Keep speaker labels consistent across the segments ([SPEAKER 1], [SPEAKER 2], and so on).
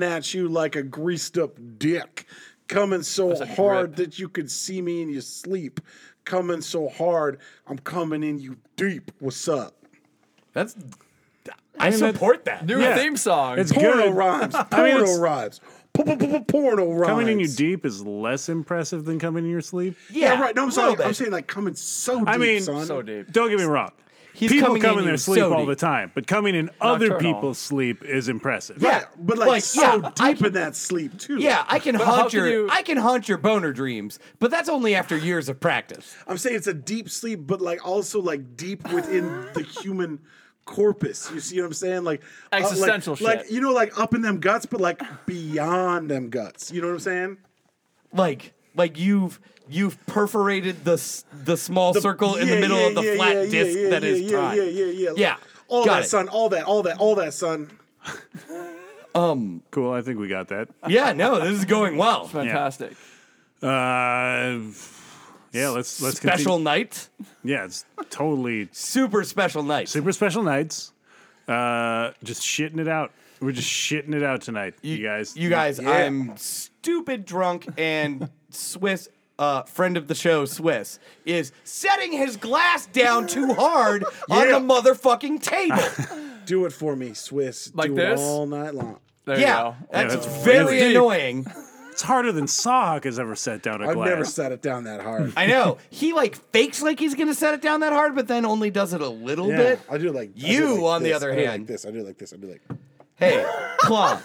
[SPEAKER 1] at you like a greased up dick, coming so hard that you could see me in your sleep. Coming so hard, I'm coming in you deep. What's up?
[SPEAKER 2] That's
[SPEAKER 3] I support that.
[SPEAKER 2] new
[SPEAKER 3] Yeah.
[SPEAKER 2] theme song.
[SPEAKER 3] It's-
[SPEAKER 1] Porno
[SPEAKER 3] Good.
[SPEAKER 1] rhymes.
[SPEAKER 3] I mean,
[SPEAKER 1] Porno
[SPEAKER 3] it's-
[SPEAKER 1] rhymes. Porno rhymes.
[SPEAKER 3] Coming in you deep is less impressive than coming in your sleep.
[SPEAKER 1] Yeah, right. No, I'm
[SPEAKER 3] Little
[SPEAKER 1] sorry. I'm
[SPEAKER 3] bit.
[SPEAKER 1] saying like coming so deep,
[SPEAKER 3] I mean,
[SPEAKER 1] son.
[SPEAKER 2] so deep.
[SPEAKER 3] Don't get me wrong.
[SPEAKER 2] He's
[SPEAKER 3] people
[SPEAKER 2] coming
[SPEAKER 3] come
[SPEAKER 2] in
[SPEAKER 3] in,
[SPEAKER 2] you
[SPEAKER 3] their sleep
[SPEAKER 2] so
[SPEAKER 3] all
[SPEAKER 2] deep.
[SPEAKER 3] the time, but coming in other
[SPEAKER 2] Nocturnal.
[SPEAKER 3] people's sleep is impressive.
[SPEAKER 1] Yeah,
[SPEAKER 4] Yeah.
[SPEAKER 1] but like,
[SPEAKER 4] Like,
[SPEAKER 1] so
[SPEAKER 4] yeah, I
[SPEAKER 1] deep in that sleep too.
[SPEAKER 4] Yeah, I can
[SPEAKER 2] But how
[SPEAKER 4] haunt
[SPEAKER 2] can
[SPEAKER 4] your
[SPEAKER 2] you-
[SPEAKER 4] I can haunt your boner dreams, but that's only after years of practice.
[SPEAKER 1] I'm saying it's a deep sleep, but like also like deep within the human corpus. You see what I'm saying? Like uh, like-
[SPEAKER 2] Existential shit.
[SPEAKER 1] Like you know, like up in them guts, but like beyond them guts. You know what I'm saying?
[SPEAKER 4] Like like you've you've perforated the s- the small circle in the
[SPEAKER 1] Yeah,
[SPEAKER 4] middle
[SPEAKER 1] yeah,
[SPEAKER 4] of the
[SPEAKER 1] yeah,
[SPEAKER 4] flat
[SPEAKER 1] yeah,
[SPEAKER 4] disc
[SPEAKER 1] yeah,
[SPEAKER 4] that
[SPEAKER 1] yeah,
[SPEAKER 4] is
[SPEAKER 1] yeah,
[SPEAKER 4] time.
[SPEAKER 1] Yeah, yeah, yeah,
[SPEAKER 4] Yeah,
[SPEAKER 1] All
[SPEAKER 4] got
[SPEAKER 1] that,
[SPEAKER 4] it.
[SPEAKER 1] son. All that. All that. All that, son.
[SPEAKER 3] Cool. I think we got that.
[SPEAKER 4] Yeah, no, this is going well.
[SPEAKER 2] fantastic.
[SPEAKER 3] Uh, yeah, let's let's
[SPEAKER 4] special
[SPEAKER 3] continue.
[SPEAKER 4] night,
[SPEAKER 3] Yeah, it's totally
[SPEAKER 4] super special night.
[SPEAKER 3] super special nights. Uh, just shitting it out. We're just shitting it out tonight, you, guys.
[SPEAKER 4] you guys,
[SPEAKER 1] Yeah.
[SPEAKER 4] I'm stupid drunk and Swiss. Uh, friend of the show, Swiss, is setting his glass down too hard on
[SPEAKER 1] Yeah.
[SPEAKER 4] the motherfucking table.
[SPEAKER 1] Do it for me, Swiss.
[SPEAKER 2] Like
[SPEAKER 1] Do
[SPEAKER 2] this?
[SPEAKER 1] it all night long.
[SPEAKER 2] There
[SPEAKER 4] yeah,
[SPEAKER 2] you go.
[SPEAKER 4] that's,
[SPEAKER 3] Yeah, that's
[SPEAKER 4] very
[SPEAKER 2] really-
[SPEAKER 4] annoying.
[SPEAKER 3] It's harder than Sawhawk has ever set down a
[SPEAKER 1] I've never
[SPEAKER 3] glass.
[SPEAKER 1] set it down that hard.
[SPEAKER 4] I know. He like fakes like he's gonna set it down that hard, but then only does it a little
[SPEAKER 1] Yeah,
[SPEAKER 4] bit.
[SPEAKER 1] I do it like I do it
[SPEAKER 4] You,
[SPEAKER 1] like
[SPEAKER 4] on the
[SPEAKER 1] this,
[SPEAKER 4] other
[SPEAKER 1] I do it
[SPEAKER 4] hand.
[SPEAKER 1] like this. I do it like this. I do it like.
[SPEAKER 4] Hey, Claw,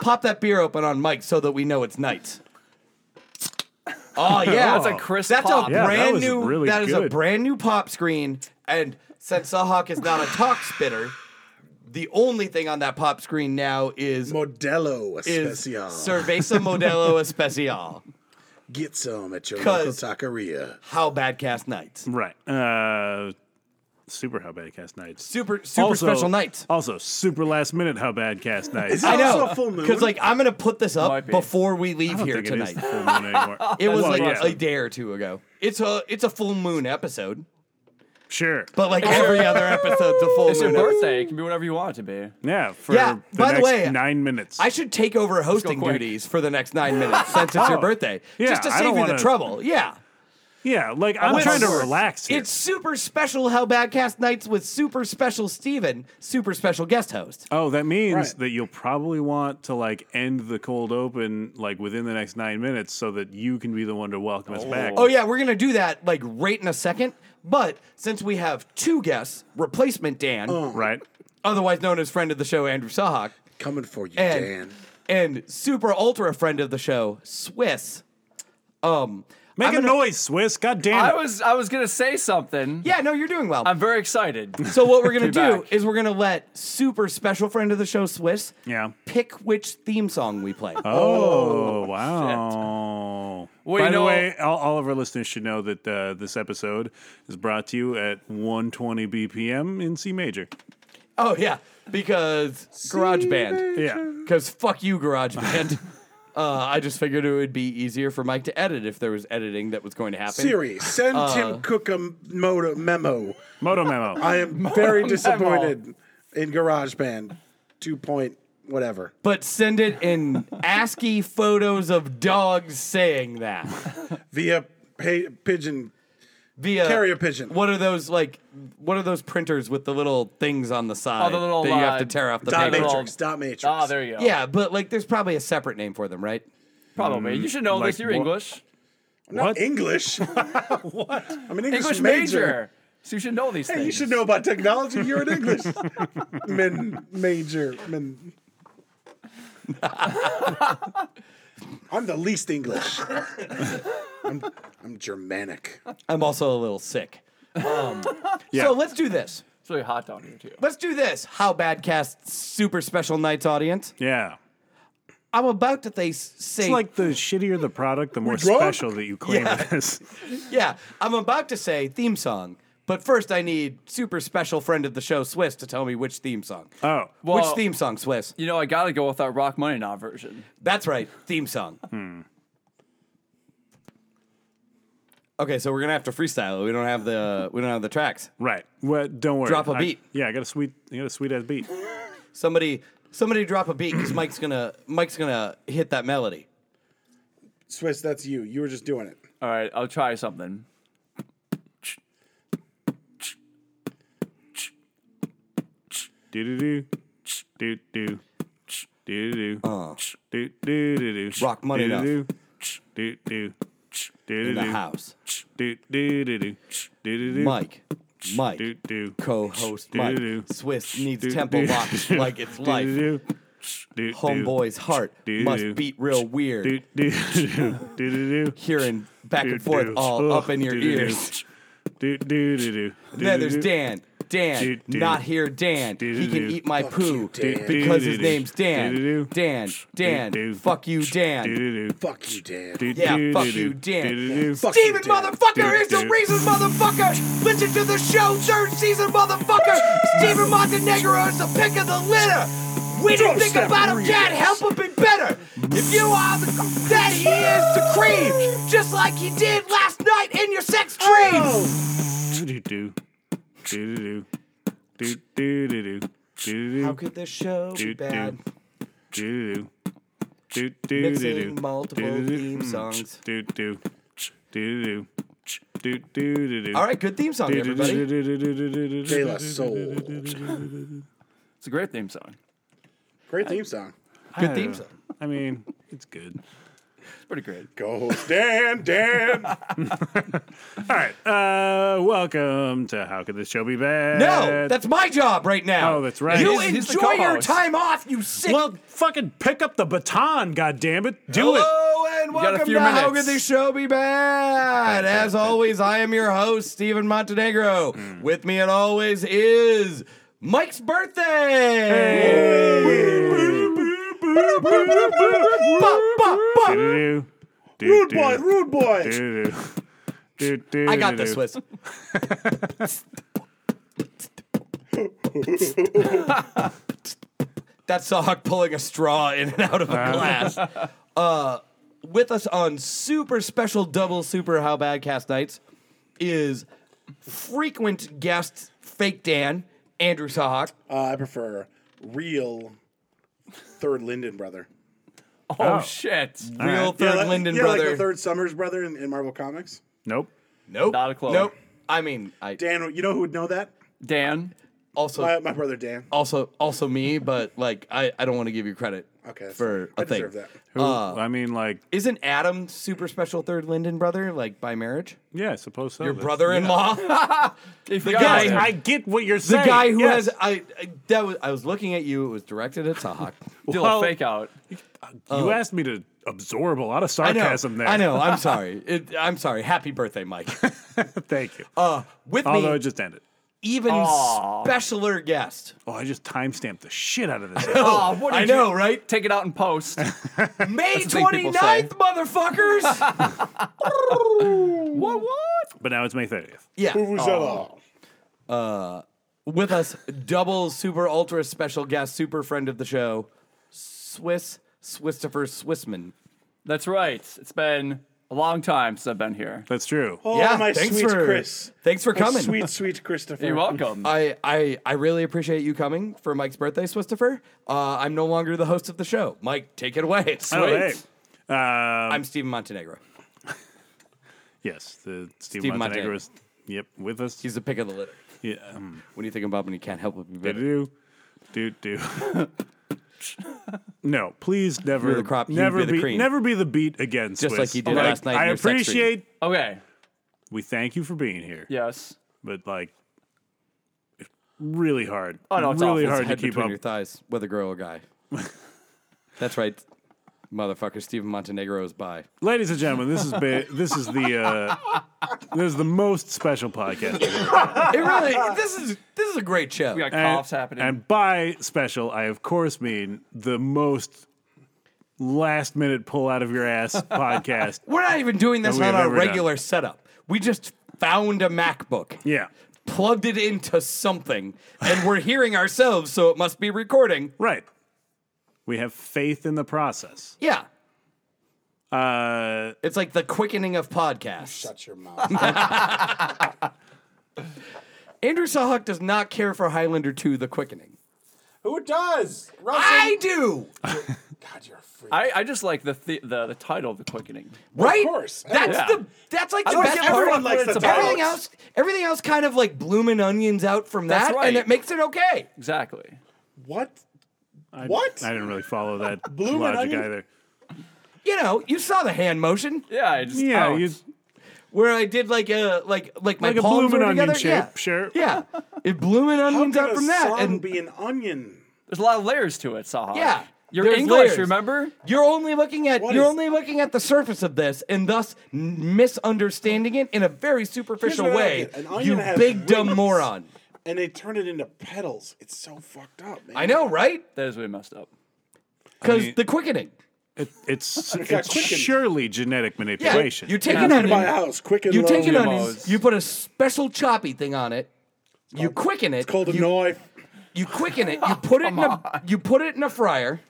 [SPEAKER 4] pop that beer open on Mike so that we know it's night. Oh yeah,
[SPEAKER 2] That's a crisp
[SPEAKER 4] That's
[SPEAKER 2] pop.
[SPEAKER 4] a
[SPEAKER 3] Yeah, that
[SPEAKER 4] brand
[SPEAKER 3] was
[SPEAKER 4] new.
[SPEAKER 3] really
[SPEAKER 4] that is a
[SPEAKER 3] good.
[SPEAKER 4] brand new pop screen. And since Sawhawk is not a talk spitter, the only thing on that pop screen now is
[SPEAKER 1] Modelo
[SPEAKER 4] is
[SPEAKER 1] Especial.
[SPEAKER 4] Cerveza Modelo Especial.
[SPEAKER 1] Get some at your local
[SPEAKER 4] 'Cause-
[SPEAKER 1] taqueria.
[SPEAKER 4] How bad cast nights?
[SPEAKER 3] Right. Uh, super how bad cast nights.
[SPEAKER 4] Super super
[SPEAKER 3] Also-
[SPEAKER 4] special nights.
[SPEAKER 3] Also, super last minute how bad cast nights.
[SPEAKER 1] it
[SPEAKER 4] I
[SPEAKER 1] also
[SPEAKER 4] know.
[SPEAKER 1] a full moon?
[SPEAKER 4] Because like I'm gonna put this
[SPEAKER 2] Might
[SPEAKER 4] up
[SPEAKER 2] be.
[SPEAKER 4] before we
[SPEAKER 3] I
[SPEAKER 4] leave
[SPEAKER 3] don't
[SPEAKER 4] here
[SPEAKER 3] think
[SPEAKER 4] tonight.
[SPEAKER 3] It, is the full moon anymore.
[SPEAKER 4] It was
[SPEAKER 3] Well,
[SPEAKER 4] like
[SPEAKER 3] yeah,
[SPEAKER 4] a day or two ago. It's a it's a full moon episode,
[SPEAKER 3] sure.
[SPEAKER 4] but like every other episode's a full
[SPEAKER 2] It's your
[SPEAKER 4] moon. episode.
[SPEAKER 2] birthday. It can be whatever you want it to be.
[SPEAKER 3] Yeah. For
[SPEAKER 4] Yeah,
[SPEAKER 3] The
[SPEAKER 4] by the
[SPEAKER 3] next
[SPEAKER 4] way,
[SPEAKER 3] nine minutes.
[SPEAKER 4] I should take over hosting
[SPEAKER 2] quick.
[SPEAKER 4] duties for the next nine minutes since it's your
[SPEAKER 3] Oh.
[SPEAKER 4] birthday,
[SPEAKER 3] Yeah,
[SPEAKER 4] just to
[SPEAKER 3] I
[SPEAKER 4] save
[SPEAKER 3] don't
[SPEAKER 4] you
[SPEAKER 3] wanna-
[SPEAKER 4] the trouble. Yeah,
[SPEAKER 3] yeah. Like I'm
[SPEAKER 4] Let's-
[SPEAKER 3] trying to relax here.
[SPEAKER 4] It's super special Hell Badcast nights with super special Steven, super special guest host.
[SPEAKER 3] Oh, that means
[SPEAKER 1] Right.
[SPEAKER 3] that you'll probably want to like end the cold open like within the next nine minutes, so that you can be the one to welcome us back.
[SPEAKER 4] Oh yeah, we're gonna do that like right in a second. But since we have two guests, replacement Dan,
[SPEAKER 1] Oh.
[SPEAKER 3] right.
[SPEAKER 4] otherwise known as friend of the show Andrew Sahak,
[SPEAKER 1] Coming for you,
[SPEAKER 4] and
[SPEAKER 1] Dan.
[SPEAKER 4] and super ultra friend of the show Swiss. Um,
[SPEAKER 3] Make
[SPEAKER 4] I'm
[SPEAKER 3] a
[SPEAKER 4] gonna-
[SPEAKER 3] noise, Swiss. God damn it.
[SPEAKER 2] I was I was gonna say something.
[SPEAKER 4] Yeah, no, you're doing well.
[SPEAKER 2] I'm very excited.
[SPEAKER 4] Um, so what we're gonna
[SPEAKER 2] Be
[SPEAKER 4] do
[SPEAKER 2] back.
[SPEAKER 4] is we're gonna let super special friend of the show Swiss
[SPEAKER 3] Yeah.
[SPEAKER 4] pick which theme song we play.
[SPEAKER 3] Oh, wow.
[SPEAKER 2] Well,
[SPEAKER 3] By
[SPEAKER 2] you
[SPEAKER 3] the
[SPEAKER 2] know-
[SPEAKER 3] way, all, all of our listeners should know that uh, this episode is brought to you at 120 BPM in C major.
[SPEAKER 4] oh yeah, because GarageBand.
[SPEAKER 3] Yeah.
[SPEAKER 4] Because fuck you, GarageBand. uh, I just figured it would be easier for Mike to edit if there was editing that was going to happen.
[SPEAKER 1] Siri, send
[SPEAKER 2] Uh,
[SPEAKER 1] Tim Cook a m- moto- memo.
[SPEAKER 3] Moto memo.
[SPEAKER 1] I am very disappointed in GarageBand 2. Point whatever.
[SPEAKER 4] But send it in ASCII photos of dogs saying that.
[SPEAKER 1] Via pa- pigeon.
[SPEAKER 4] via
[SPEAKER 1] Carrier pigeon.
[SPEAKER 4] What are those like? What are those printers with the little things on the side
[SPEAKER 2] the little,
[SPEAKER 4] that you have
[SPEAKER 2] uh,
[SPEAKER 4] to tear off the
[SPEAKER 1] Dot
[SPEAKER 4] paper?
[SPEAKER 2] little-
[SPEAKER 1] matrix. Dot matrix.
[SPEAKER 2] Ah, there you go.
[SPEAKER 4] Yeah, but like, there's probably a separate name for them, right?
[SPEAKER 2] probably. You should know
[SPEAKER 3] like
[SPEAKER 2] this. You're
[SPEAKER 3] what-
[SPEAKER 2] English.
[SPEAKER 3] What?
[SPEAKER 1] English. what? I'm an English,
[SPEAKER 2] English
[SPEAKER 1] major.
[SPEAKER 2] major. So you should know these
[SPEAKER 1] Hey,
[SPEAKER 2] things.
[SPEAKER 1] you should know about technology. You're an English min major. Min. I'm the least English. I'm, I'm Germanic.
[SPEAKER 4] I'm also a little sick. Um,
[SPEAKER 3] Yeah.
[SPEAKER 4] So let's do this.
[SPEAKER 2] It's really hot down here too.
[SPEAKER 4] Let's do this. How bad cast super special nights audience?
[SPEAKER 3] Yeah.
[SPEAKER 4] I'm about to they say
[SPEAKER 3] It's like the shittier the product, the more
[SPEAKER 1] drunk?
[SPEAKER 3] special that you claim
[SPEAKER 4] Yeah.
[SPEAKER 3] it is.
[SPEAKER 4] yeah. I'm about to say theme song. But first, I need super special friend of the show Swiss to tell me which theme song.
[SPEAKER 3] Oh.
[SPEAKER 4] which
[SPEAKER 2] well-
[SPEAKER 4] theme song, Swiss?
[SPEAKER 2] You know, I gotta go with that Rock Money Now version.
[SPEAKER 4] That's right, theme song.
[SPEAKER 3] Hmm.
[SPEAKER 4] Okay, so we're gonna have to freestyle. it. We don't have the we don't have the tracks.
[SPEAKER 3] Right. Well, don't worry.
[SPEAKER 4] Drop a
[SPEAKER 3] I-
[SPEAKER 4] beat.
[SPEAKER 3] yeah, I got a sweet I got a sweet ass beat.
[SPEAKER 4] Somebody, Somebody drop a beat because Mike's gonna Mike's gonna hit that melody.
[SPEAKER 1] Swiss, that's you. You were just doing it.
[SPEAKER 2] All right, I'll try something.
[SPEAKER 3] Do do do. Do do. Do do. Do do do do.
[SPEAKER 4] Uh. Rock money enough.
[SPEAKER 3] Do do. Do do.
[SPEAKER 4] In the house,
[SPEAKER 3] Do do do do. Do do do.
[SPEAKER 4] Mike, Mike,
[SPEAKER 3] Do do.
[SPEAKER 4] co-host Mike.
[SPEAKER 3] Do-do-do.
[SPEAKER 4] Swiss needs
[SPEAKER 3] Do-do-do.
[SPEAKER 4] tempo rocks like it's life.
[SPEAKER 3] Do do.
[SPEAKER 4] Homeboy's heart
[SPEAKER 3] Do-do-do.
[SPEAKER 4] must beat real
[SPEAKER 3] Do
[SPEAKER 4] weird,
[SPEAKER 3] do do do do.
[SPEAKER 4] hearing back and forth
[SPEAKER 3] Do-do.
[SPEAKER 4] all
[SPEAKER 3] Ugh,
[SPEAKER 4] up in your
[SPEAKER 3] do-do-do.
[SPEAKER 4] ears.
[SPEAKER 3] Do do do do.
[SPEAKER 4] Then there's Dan. Dan,
[SPEAKER 3] Do-do.
[SPEAKER 4] not here, Dan. He can
[SPEAKER 3] Do-do-do.
[SPEAKER 4] eat my poo
[SPEAKER 1] you, Dan.
[SPEAKER 4] because his
[SPEAKER 3] Do-do-do.
[SPEAKER 4] names Dan.
[SPEAKER 3] Do-do-do.
[SPEAKER 4] Dan, Dan,
[SPEAKER 3] Do-do.
[SPEAKER 4] fuck you, Dan.
[SPEAKER 3] Do do
[SPEAKER 1] Fuck you, Dan.
[SPEAKER 3] do.
[SPEAKER 4] Yeah, fuck you, Dan.
[SPEAKER 1] Fuck you,
[SPEAKER 4] Steven,
[SPEAKER 1] Dan.
[SPEAKER 4] motherfucker, is the
[SPEAKER 3] Do-do.
[SPEAKER 4] reason, motherfucker. Listen to the show, third season, motherfucker. Steven Montenegro is the pick of the litter. We didn't
[SPEAKER 1] Don't
[SPEAKER 4] think
[SPEAKER 1] step
[SPEAKER 4] about him,
[SPEAKER 1] three
[SPEAKER 4] Dad.
[SPEAKER 1] is.
[SPEAKER 4] Help him be better. If you are the that he is the cream, just like he did last night in your sex dreams.
[SPEAKER 3] do do do do do do do do
[SPEAKER 4] How
[SPEAKER 3] do
[SPEAKER 4] could this show be
[SPEAKER 3] do
[SPEAKER 4] bad?
[SPEAKER 3] do do do
[SPEAKER 4] Mixing multiple theme songs.
[SPEAKER 3] mm, do do do do do do do
[SPEAKER 4] All right, good theme song, everybody.
[SPEAKER 1] De La Soul.
[SPEAKER 2] It's a great theme song.
[SPEAKER 1] Great theme song.
[SPEAKER 4] Good theme song.
[SPEAKER 3] I mean, it's good.
[SPEAKER 2] It's pretty great.
[SPEAKER 1] Go, Dan, Dan.
[SPEAKER 3] All right. Uh, welcome to How Could This Show Be Bad?
[SPEAKER 4] No,
[SPEAKER 2] Uh,
[SPEAKER 4] that's my job right now.
[SPEAKER 3] Oh, that's right.
[SPEAKER 4] You
[SPEAKER 2] He's- he's the
[SPEAKER 4] enjoy your
[SPEAKER 2] co-host.
[SPEAKER 4] time off, you sick.
[SPEAKER 3] well, fucking pick up the baton, goddammit. Do it.
[SPEAKER 4] Hello and
[SPEAKER 2] got a
[SPEAKER 4] welcome
[SPEAKER 2] few
[SPEAKER 4] to How Could
[SPEAKER 2] minutes.
[SPEAKER 4] This Show Be Bad? As always, I am your host, Stephen Montenegro.
[SPEAKER 2] Hmm.
[SPEAKER 4] With me, and always, is Mike's birthday. Ba, ba, ba.
[SPEAKER 1] Rude boy, rude boy.
[SPEAKER 3] I
[SPEAKER 4] I got this, Swiss. That's Sahak pulling a straw in and out of a glass. Uh, with us on super special double super how bad cast nights is frequent guest fake Dan Andrew Sahak.
[SPEAKER 1] Uh, I prefer real third Linden brother.
[SPEAKER 2] Oh, shit.
[SPEAKER 4] Real third
[SPEAKER 1] like-
[SPEAKER 4] Linden
[SPEAKER 1] yeah,
[SPEAKER 4] brother.
[SPEAKER 1] like the third Summers brother in, in Marvel Comics.
[SPEAKER 3] Nope.
[SPEAKER 4] Nope.
[SPEAKER 2] Not a clue.
[SPEAKER 4] Nope. I mean, I
[SPEAKER 1] Dan, you know who would know that?
[SPEAKER 2] Dan,
[SPEAKER 4] also
[SPEAKER 1] My, my brother Dan.
[SPEAKER 4] also also me, but like I, I don't want to give you credit
[SPEAKER 1] Okay, that's
[SPEAKER 4] for
[SPEAKER 1] I
[SPEAKER 4] a thing.
[SPEAKER 1] deserve that.
[SPEAKER 3] Who,
[SPEAKER 4] Uh,
[SPEAKER 3] I mean, like,
[SPEAKER 4] Isn't Adam super special third Linden brother like by marriage?
[SPEAKER 3] yeah, I suppose so.
[SPEAKER 4] Your
[SPEAKER 3] That's-
[SPEAKER 4] brother-in-law,
[SPEAKER 2] the
[SPEAKER 4] guy-
[SPEAKER 3] Yes, I get what you're
[SPEAKER 4] the
[SPEAKER 3] saying.
[SPEAKER 4] guy who
[SPEAKER 3] Yes.
[SPEAKER 4] has I, I that was I was looking at you. It was directed at Sahak.
[SPEAKER 2] do
[SPEAKER 3] Well-
[SPEAKER 2] a fake out.
[SPEAKER 3] You asked me to absorb a lot of
[SPEAKER 4] Oh. I know.
[SPEAKER 3] sarcasm there.
[SPEAKER 4] I know. I'm sorry. It, I'm sorry. Happy birthday, Mike.
[SPEAKER 3] Thank you.
[SPEAKER 4] Uh, with
[SPEAKER 3] Although
[SPEAKER 4] me,
[SPEAKER 3] it just ended.
[SPEAKER 4] even specialer guest.
[SPEAKER 3] Oh, I just timestamped the shit out of this.
[SPEAKER 2] Oh, what
[SPEAKER 4] I
[SPEAKER 2] did you-
[SPEAKER 4] know, right?
[SPEAKER 2] Take it out and post.
[SPEAKER 4] May
[SPEAKER 2] the thing people
[SPEAKER 4] 29th, motherfuckers.
[SPEAKER 2] what? What?
[SPEAKER 3] but now it's May 30th.
[SPEAKER 4] yeah.
[SPEAKER 1] Vuvuzela.
[SPEAKER 4] With us, double super ultra special guest, super friend of the show, Swiss Swistifer Swissman.
[SPEAKER 2] That's right. It's been a long time since I've been here.
[SPEAKER 3] That's true.
[SPEAKER 1] Oh,
[SPEAKER 4] yeah,
[SPEAKER 1] my
[SPEAKER 4] thanks
[SPEAKER 1] sweet
[SPEAKER 4] for-
[SPEAKER 1] Chris.
[SPEAKER 4] thanks for
[SPEAKER 1] My
[SPEAKER 4] coming.
[SPEAKER 1] Sweet, sweet Christopher.
[SPEAKER 2] You're welcome.
[SPEAKER 4] I, I, I really appreciate you coming for Mike's birthday, Swistifer. Uh, I'm no longer the host of the show. Mike, take it away.
[SPEAKER 3] Oh, hey.
[SPEAKER 2] Sweet.
[SPEAKER 3] Um,
[SPEAKER 4] I'm Steven Montenegro.
[SPEAKER 3] yes, the Steve,
[SPEAKER 4] Steve Montenegro.
[SPEAKER 3] Montenegro is yep, with us.
[SPEAKER 4] He's the pick of the litter.
[SPEAKER 3] yeah. um,
[SPEAKER 4] When you think about when you can't help but be better.
[SPEAKER 3] Do do do. No, please never,
[SPEAKER 4] the crop, you
[SPEAKER 3] never
[SPEAKER 4] be the cream.
[SPEAKER 3] never be the beat again.
[SPEAKER 4] Just
[SPEAKER 3] Swiss.
[SPEAKER 4] like you did last night in
[SPEAKER 3] I
[SPEAKER 4] your sex
[SPEAKER 3] appreciate.
[SPEAKER 2] Okay.
[SPEAKER 3] We thank you for being here,
[SPEAKER 2] Yes.
[SPEAKER 3] but like, it's really hard.
[SPEAKER 2] Oh, no, it's
[SPEAKER 3] really
[SPEAKER 2] awful. It's
[SPEAKER 3] hard to
[SPEAKER 4] Head
[SPEAKER 3] keep
[SPEAKER 4] between
[SPEAKER 3] up.
[SPEAKER 4] your thighs, whether girl or guy. That's right, motherfucker. Steven Montenegro is by.
[SPEAKER 3] Ladies and gentlemen, this is ba- this is the uh, this is the most special podcast. we've ever done.
[SPEAKER 4] It really. this is this is a great show.
[SPEAKER 2] We got
[SPEAKER 3] And-
[SPEAKER 2] coughs happening.
[SPEAKER 3] And by special, I of course mean the most last minute pull out of your ass podcast.
[SPEAKER 4] We're not even doing this
[SPEAKER 3] we have
[SPEAKER 4] on our
[SPEAKER 3] ever done.
[SPEAKER 4] regular setup. We just found a MacBook.
[SPEAKER 3] Yeah.
[SPEAKER 4] plugged it into something and we're hearing ourselves, so it must be recording.
[SPEAKER 3] Right. We have faith in the process.
[SPEAKER 4] Yeah.
[SPEAKER 3] Uh,
[SPEAKER 4] It's like the quickening of podcasts.
[SPEAKER 1] Shut your mouth.
[SPEAKER 4] Andrew Sahak does not care for Highlander 2 The Quickening.
[SPEAKER 5] Who does? Russell.
[SPEAKER 4] I do.
[SPEAKER 5] God, you're a freak.
[SPEAKER 2] I, I just like the, the the the title of the quickening.
[SPEAKER 4] Right?
[SPEAKER 5] course.
[SPEAKER 4] That's
[SPEAKER 2] Yeah.
[SPEAKER 4] the that's like the
[SPEAKER 2] don't
[SPEAKER 4] best
[SPEAKER 2] give a
[SPEAKER 4] part.
[SPEAKER 5] Everyone likes
[SPEAKER 2] It's
[SPEAKER 5] the
[SPEAKER 2] about-
[SPEAKER 4] everything else everything else kind of like blooming onions out from
[SPEAKER 2] That's
[SPEAKER 4] that
[SPEAKER 2] right.
[SPEAKER 4] and it makes it okay.
[SPEAKER 2] Exactly.
[SPEAKER 5] What?
[SPEAKER 3] I,
[SPEAKER 5] What?
[SPEAKER 3] I didn't really follow that
[SPEAKER 5] Bloomin'
[SPEAKER 3] logic
[SPEAKER 5] onion?
[SPEAKER 3] either.
[SPEAKER 4] You know, you saw the hand motion
[SPEAKER 2] Yeah, I just
[SPEAKER 3] Yeah,
[SPEAKER 2] ouch.
[SPEAKER 3] you,
[SPEAKER 4] where I did like a like like my
[SPEAKER 3] like a
[SPEAKER 4] palms
[SPEAKER 3] blooming
[SPEAKER 4] were
[SPEAKER 3] onion
[SPEAKER 4] together.
[SPEAKER 3] shape.
[SPEAKER 4] yeah.
[SPEAKER 3] Sure.
[SPEAKER 4] Yeah. It blooming
[SPEAKER 1] How
[SPEAKER 4] onions
[SPEAKER 1] can
[SPEAKER 4] out
[SPEAKER 1] a
[SPEAKER 4] from that
[SPEAKER 1] song
[SPEAKER 4] and
[SPEAKER 1] be an onion?
[SPEAKER 2] there's a lot of layers to it, Saha.
[SPEAKER 4] Yeah,
[SPEAKER 2] You're
[SPEAKER 4] there's
[SPEAKER 2] English,
[SPEAKER 4] layers.
[SPEAKER 2] remember?
[SPEAKER 4] you're only looking at you're
[SPEAKER 1] is-
[SPEAKER 4] only looking at the surface of this and thus n- misunderstanding it in a very superficial
[SPEAKER 1] what I
[SPEAKER 4] way.
[SPEAKER 1] get. An onion
[SPEAKER 4] You
[SPEAKER 1] has
[SPEAKER 4] big dumb
[SPEAKER 1] wings.
[SPEAKER 4] moron.
[SPEAKER 1] And they turn it into petals. It's so fucked up, man.
[SPEAKER 4] I know, right?
[SPEAKER 2] That is really messed up.
[SPEAKER 4] Cuz
[SPEAKER 3] mean-
[SPEAKER 4] the quickening.
[SPEAKER 3] It, it's
[SPEAKER 1] got
[SPEAKER 3] it's
[SPEAKER 1] quickened.
[SPEAKER 3] surely genetic
[SPEAKER 4] Yeah.
[SPEAKER 3] manipulation.
[SPEAKER 4] You take
[SPEAKER 2] Yeah.
[SPEAKER 4] an
[SPEAKER 1] In my
[SPEAKER 4] onion.
[SPEAKER 1] house, quick and
[SPEAKER 4] You take an
[SPEAKER 1] low.
[SPEAKER 4] onion,
[SPEAKER 2] GMOs.
[SPEAKER 4] you put a special choppy thing on it, you quicken it,
[SPEAKER 1] Called a
[SPEAKER 4] you,
[SPEAKER 1] knife.
[SPEAKER 4] you quicken it, you put it in a you put it in a fryer,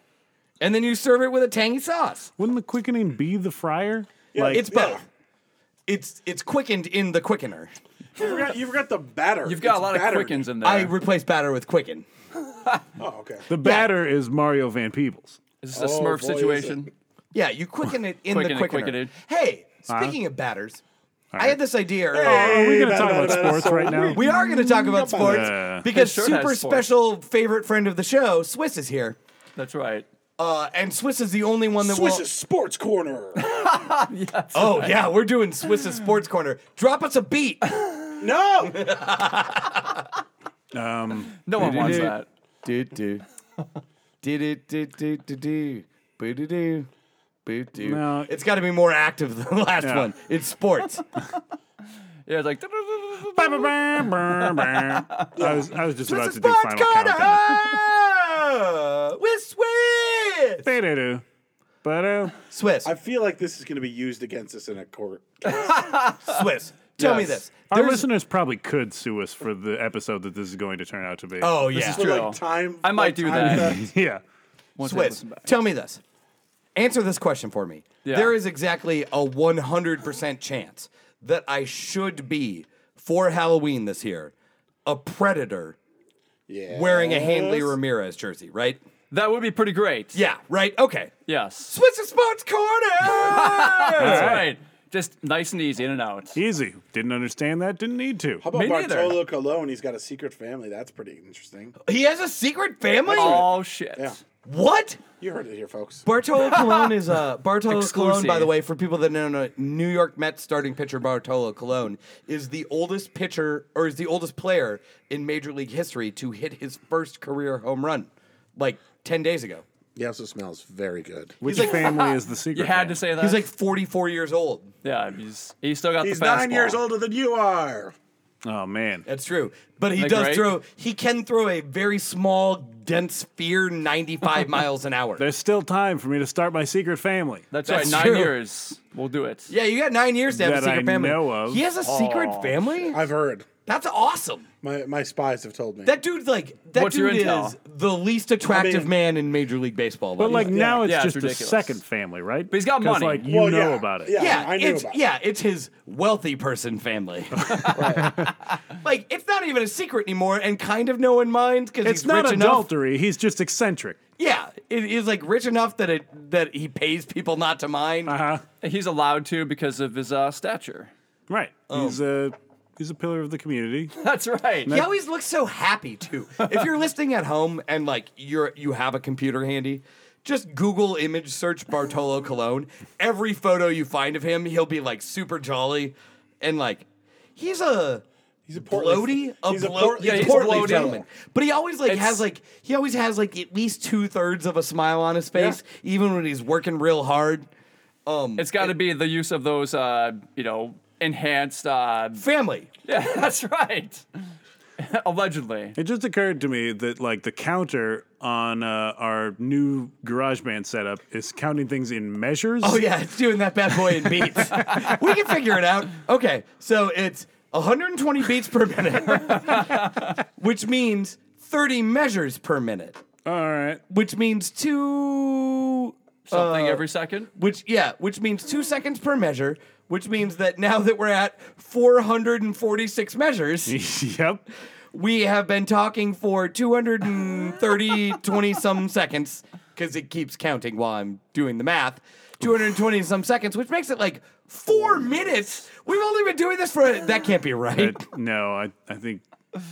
[SPEAKER 4] and then you serve it with a tangy sauce.
[SPEAKER 3] Wouldn't the quickening be the fryer? like
[SPEAKER 4] It's
[SPEAKER 1] Yeah.
[SPEAKER 4] both. It's it's quickened in the quickener.
[SPEAKER 1] You forgot, you forgot the batter.
[SPEAKER 2] You've got
[SPEAKER 1] It's
[SPEAKER 2] a lot
[SPEAKER 1] battered.
[SPEAKER 2] of quickens in there.
[SPEAKER 4] I replace batter with quicken.
[SPEAKER 1] Oh, okay.
[SPEAKER 3] the batter is Mario Van Peebles.
[SPEAKER 2] is this a
[SPEAKER 1] Oh,
[SPEAKER 2] Smurf
[SPEAKER 1] boy, is
[SPEAKER 2] situation?
[SPEAKER 4] Yeah, you quicken it in
[SPEAKER 2] Quicken it,
[SPEAKER 4] the quickener.
[SPEAKER 2] quicken it.
[SPEAKER 4] Hey, speaking of batters, I had this idea earlier.
[SPEAKER 3] Are we going to
[SPEAKER 1] Hey,
[SPEAKER 3] talk
[SPEAKER 1] batter,
[SPEAKER 3] about
[SPEAKER 1] batter,
[SPEAKER 3] sports
[SPEAKER 1] so
[SPEAKER 3] right now?
[SPEAKER 1] we-
[SPEAKER 4] We are going to talk about sports
[SPEAKER 3] Yeah.
[SPEAKER 4] because
[SPEAKER 2] It sure has
[SPEAKER 4] super
[SPEAKER 2] sports.
[SPEAKER 4] special favorite friend of the show, Swiss is here.
[SPEAKER 2] That's right.
[SPEAKER 4] Uh, and Swiss is the only one that will.
[SPEAKER 1] Swiss's Sports Corner.
[SPEAKER 4] Oh yeah, we're doing Swiss's Sports Corner. Drop us a beat.
[SPEAKER 1] no!
[SPEAKER 2] No one wants
[SPEAKER 4] do.
[SPEAKER 2] that.
[SPEAKER 4] do do, did it do do do do, boo do do, boo do.
[SPEAKER 3] No.
[SPEAKER 4] It's got to be more active than the last
[SPEAKER 3] Yeah.
[SPEAKER 4] one. It's sports.
[SPEAKER 2] Yeah, it's like
[SPEAKER 3] I was I was just about
[SPEAKER 4] Swiss's
[SPEAKER 3] to do
[SPEAKER 4] Sports
[SPEAKER 3] final countdown.
[SPEAKER 1] Ah!
[SPEAKER 4] Corner with Swiss.
[SPEAKER 3] Ba-da-do. Ba-do.
[SPEAKER 4] Swiss,
[SPEAKER 1] I feel like this is going to be used against us in a court.
[SPEAKER 4] Swiss. Tell me
[SPEAKER 2] Yes.
[SPEAKER 4] this.
[SPEAKER 3] Our
[SPEAKER 4] There's-
[SPEAKER 3] listeners probably could sue us for the episode that this is going to turn out to be.
[SPEAKER 4] Oh yeah,
[SPEAKER 1] For
[SPEAKER 2] True.
[SPEAKER 1] like time.
[SPEAKER 2] I might
[SPEAKER 1] like
[SPEAKER 2] do
[SPEAKER 1] time
[SPEAKER 2] that.
[SPEAKER 1] theft.
[SPEAKER 3] yeah.
[SPEAKER 2] once I
[SPEAKER 4] Swiss.
[SPEAKER 2] listen back.
[SPEAKER 4] Tell me this. Answer this question for me.
[SPEAKER 2] Yeah.
[SPEAKER 4] There is exactly a 100% chance that I should be for Halloween this year a predator
[SPEAKER 1] Yeah.
[SPEAKER 4] wearing a Hanley Ramirez jersey, right?
[SPEAKER 2] That would be pretty great.
[SPEAKER 4] Yeah, right. Okay.
[SPEAKER 2] Yes.
[SPEAKER 4] Swiss Sports Corner.
[SPEAKER 2] That's right. Just nice and easy in and out.
[SPEAKER 3] Easy. Didn't understand that. Didn't need to.
[SPEAKER 1] How about
[SPEAKER 2] Me neither.
[SPEAKER 1] Bartolo Colon? He's got a secret family. That's pretty interesting.
[SPEAKER 4] he has a secret family?
[SPEAKER 2] Oh shit.
[SPEAKER 1] Yeah.
[SPEAKER 4] What?
[SPEAKER 1] You heard it here, folks.
[SPEAKER 4] Bartolo Colon is uh, Bartolo Colon,
[SPEAKER 2] Exclusive.
[SPEAKER 4] by the way, for people that don't know, New York Mets starting pitcher Bartolo Colon is the oldest pitcher or is the oldest player in Major League history to hit his first career home run, like ten days ago.
[SPEAKER 1] He also smells very good.
[SPEAKER 3] Which family is the secret?
[SPEAKER 2] You had to say that.
[SPEAKER 4] He's like forty-four years old.
[SPEAKER 2] yeah, he's he's still got
[SPEAKER 1] He's
[SPEAKER 2] the fastball.
[SPEAKER 1] nine years older than you are.
[SPEAKER 3] Oh man.
[SPEAKER 4] That's true, but he
[SPEAKER 2] Isn't that
[SPEAKER 4] does
[SPEAKER 2] great?
[SPEAKER 4] throw. He can throw a very small, dense sphere, ninety-five miles an hour.
[SPEAKER 3] There's still time for me to start my secret family.
[SPEAKER 2] That's,
[SPEAKER 4] That's
[SPEAKER 2] right. Nine
[SPEAKER 4] true.
[SPEAKER 2] years. We'll do it.
[SPEAKER 4] Yeah, you got nine years to have
[SPEAKER 3] That
[SPEAKER 4] a secret
[SPEAKER 3] I
[SPEAKER 4] family.
[SPEAKER 3] know of.
[SPEAKER 4] He has a secret family.
[SPEAKER 1] I've heard.
[SPEAKER 4] That's awesome.
[SPEAKER 1] My my spies have told me.
[SPEAKER 4] That dude's like that
[SPEAKER 2] What's your
[SPEAKER 4] dude
[SPEAKER 2] intel?
[SPEAKER 4] is the least attractive
[SPEAKER 1] I mean-
[SPEAKER 4] man in Major League Baseball.
[SPEAKER 3] But like now it's
[SPEAKER 2] Yeah, it's
[SPEAKER 3] just a
[SPEAKER 2] ridiculous.
[SPEAKER 3] second family, right? But
[SPEAKER 2] he's got money.
[SPEAKER 3] Like you
[SPEAKER 1] Well,
[SPEAKER 3] know
[SPEAKER 1] yeah,
[SPEAKER 3] about it.
[SPEAKER 1] yeah.
[SPEAKER 4] yeah,
[SPEAKER 1] I knew
[SPEAKER 4] it's
[SPEAKER 1] about it.
[SPEAKER 4] yeah, it's his wealthy person family. like it's not even a secret anymore, and kind of no one minds because
[SPEAKER 3] It's
[SPEAKER 4] he's
[SPEAKER 3] not
[SPEAKER 4] rich enough.
[SPEAKER 3] adultery. He's just eccentric.
[SPEAKER 4] Yeah, it is like rich enough that it that he pays people not to mind.
[SPEAKER 3] Uh-huh.
[SPEAKER 2] He's allowed to because of his uh, stature.
[SPEAKER 3] Right.
[SPEAKER 4] Oh.
[SPEAKER 3] He's a he's a pillar of the community.
[SPEAKER 2] That's right.
[SPEAKER 4] He always looks so happy too. if you're listening at home and like you're you have a computer handy, just Google image search Bartolo Colon. Every photo you find of him, he'll be like super jolly and like he's a
[SPEAKER 1] he's a portly-
[SPEAKER 4] bloaty, a
[SPEAKER 1] he's a
[SPEAKER 4] blo-
[SPEAKER 1] port-
[SPEAKER 4] he's
[SPEAKER 1] yeah,
[SPEAKER 4] a
[SPEAKER 1] he's a
[SPEAKER 4] portly
[SPEAKER 2] bloated.
[SPEAKER 4] gentleman. But he always like has
[SPEAKER 2] It's-
[SPEAKER 4] like he always has like at least two thirds of a smile on his face, even when he's working real hard. Um,
[SPEAKER 2] It's got to be the use of those, uh, you know, enhanced. Uh,
[SPEAKER 4] Family.
[SPEAKER 2] yeah, that's right. Allegedly.
[SPEAKER 3] It just occurred to me that like the counter on uh, our new GarageBand setup is counting things in measures.
[SPEAKER 4] Oh yeah, it's doing that bad boy in beats. we can figure it out. Okay, so it's 120 beats per minute, which means 30 measures per minute,
[SPEAKER 3] All right.
[SPEAKER 4] which means two.
[SPEAKER 2] Something every second.
[SPEAKER 4] Which yeah, which means two seconds per measure. Which means that now that we're at 446 measures,
[SPEAKER 3] yep.
[SPEAKER 4] We have been talking for 230, 20 some seconds because it keeps counting while I'm doing the math. 220 some seconds, which makes it like four minutes. We've only been doing this for that can't be right.
[SPEAKER 3] But no, I, I think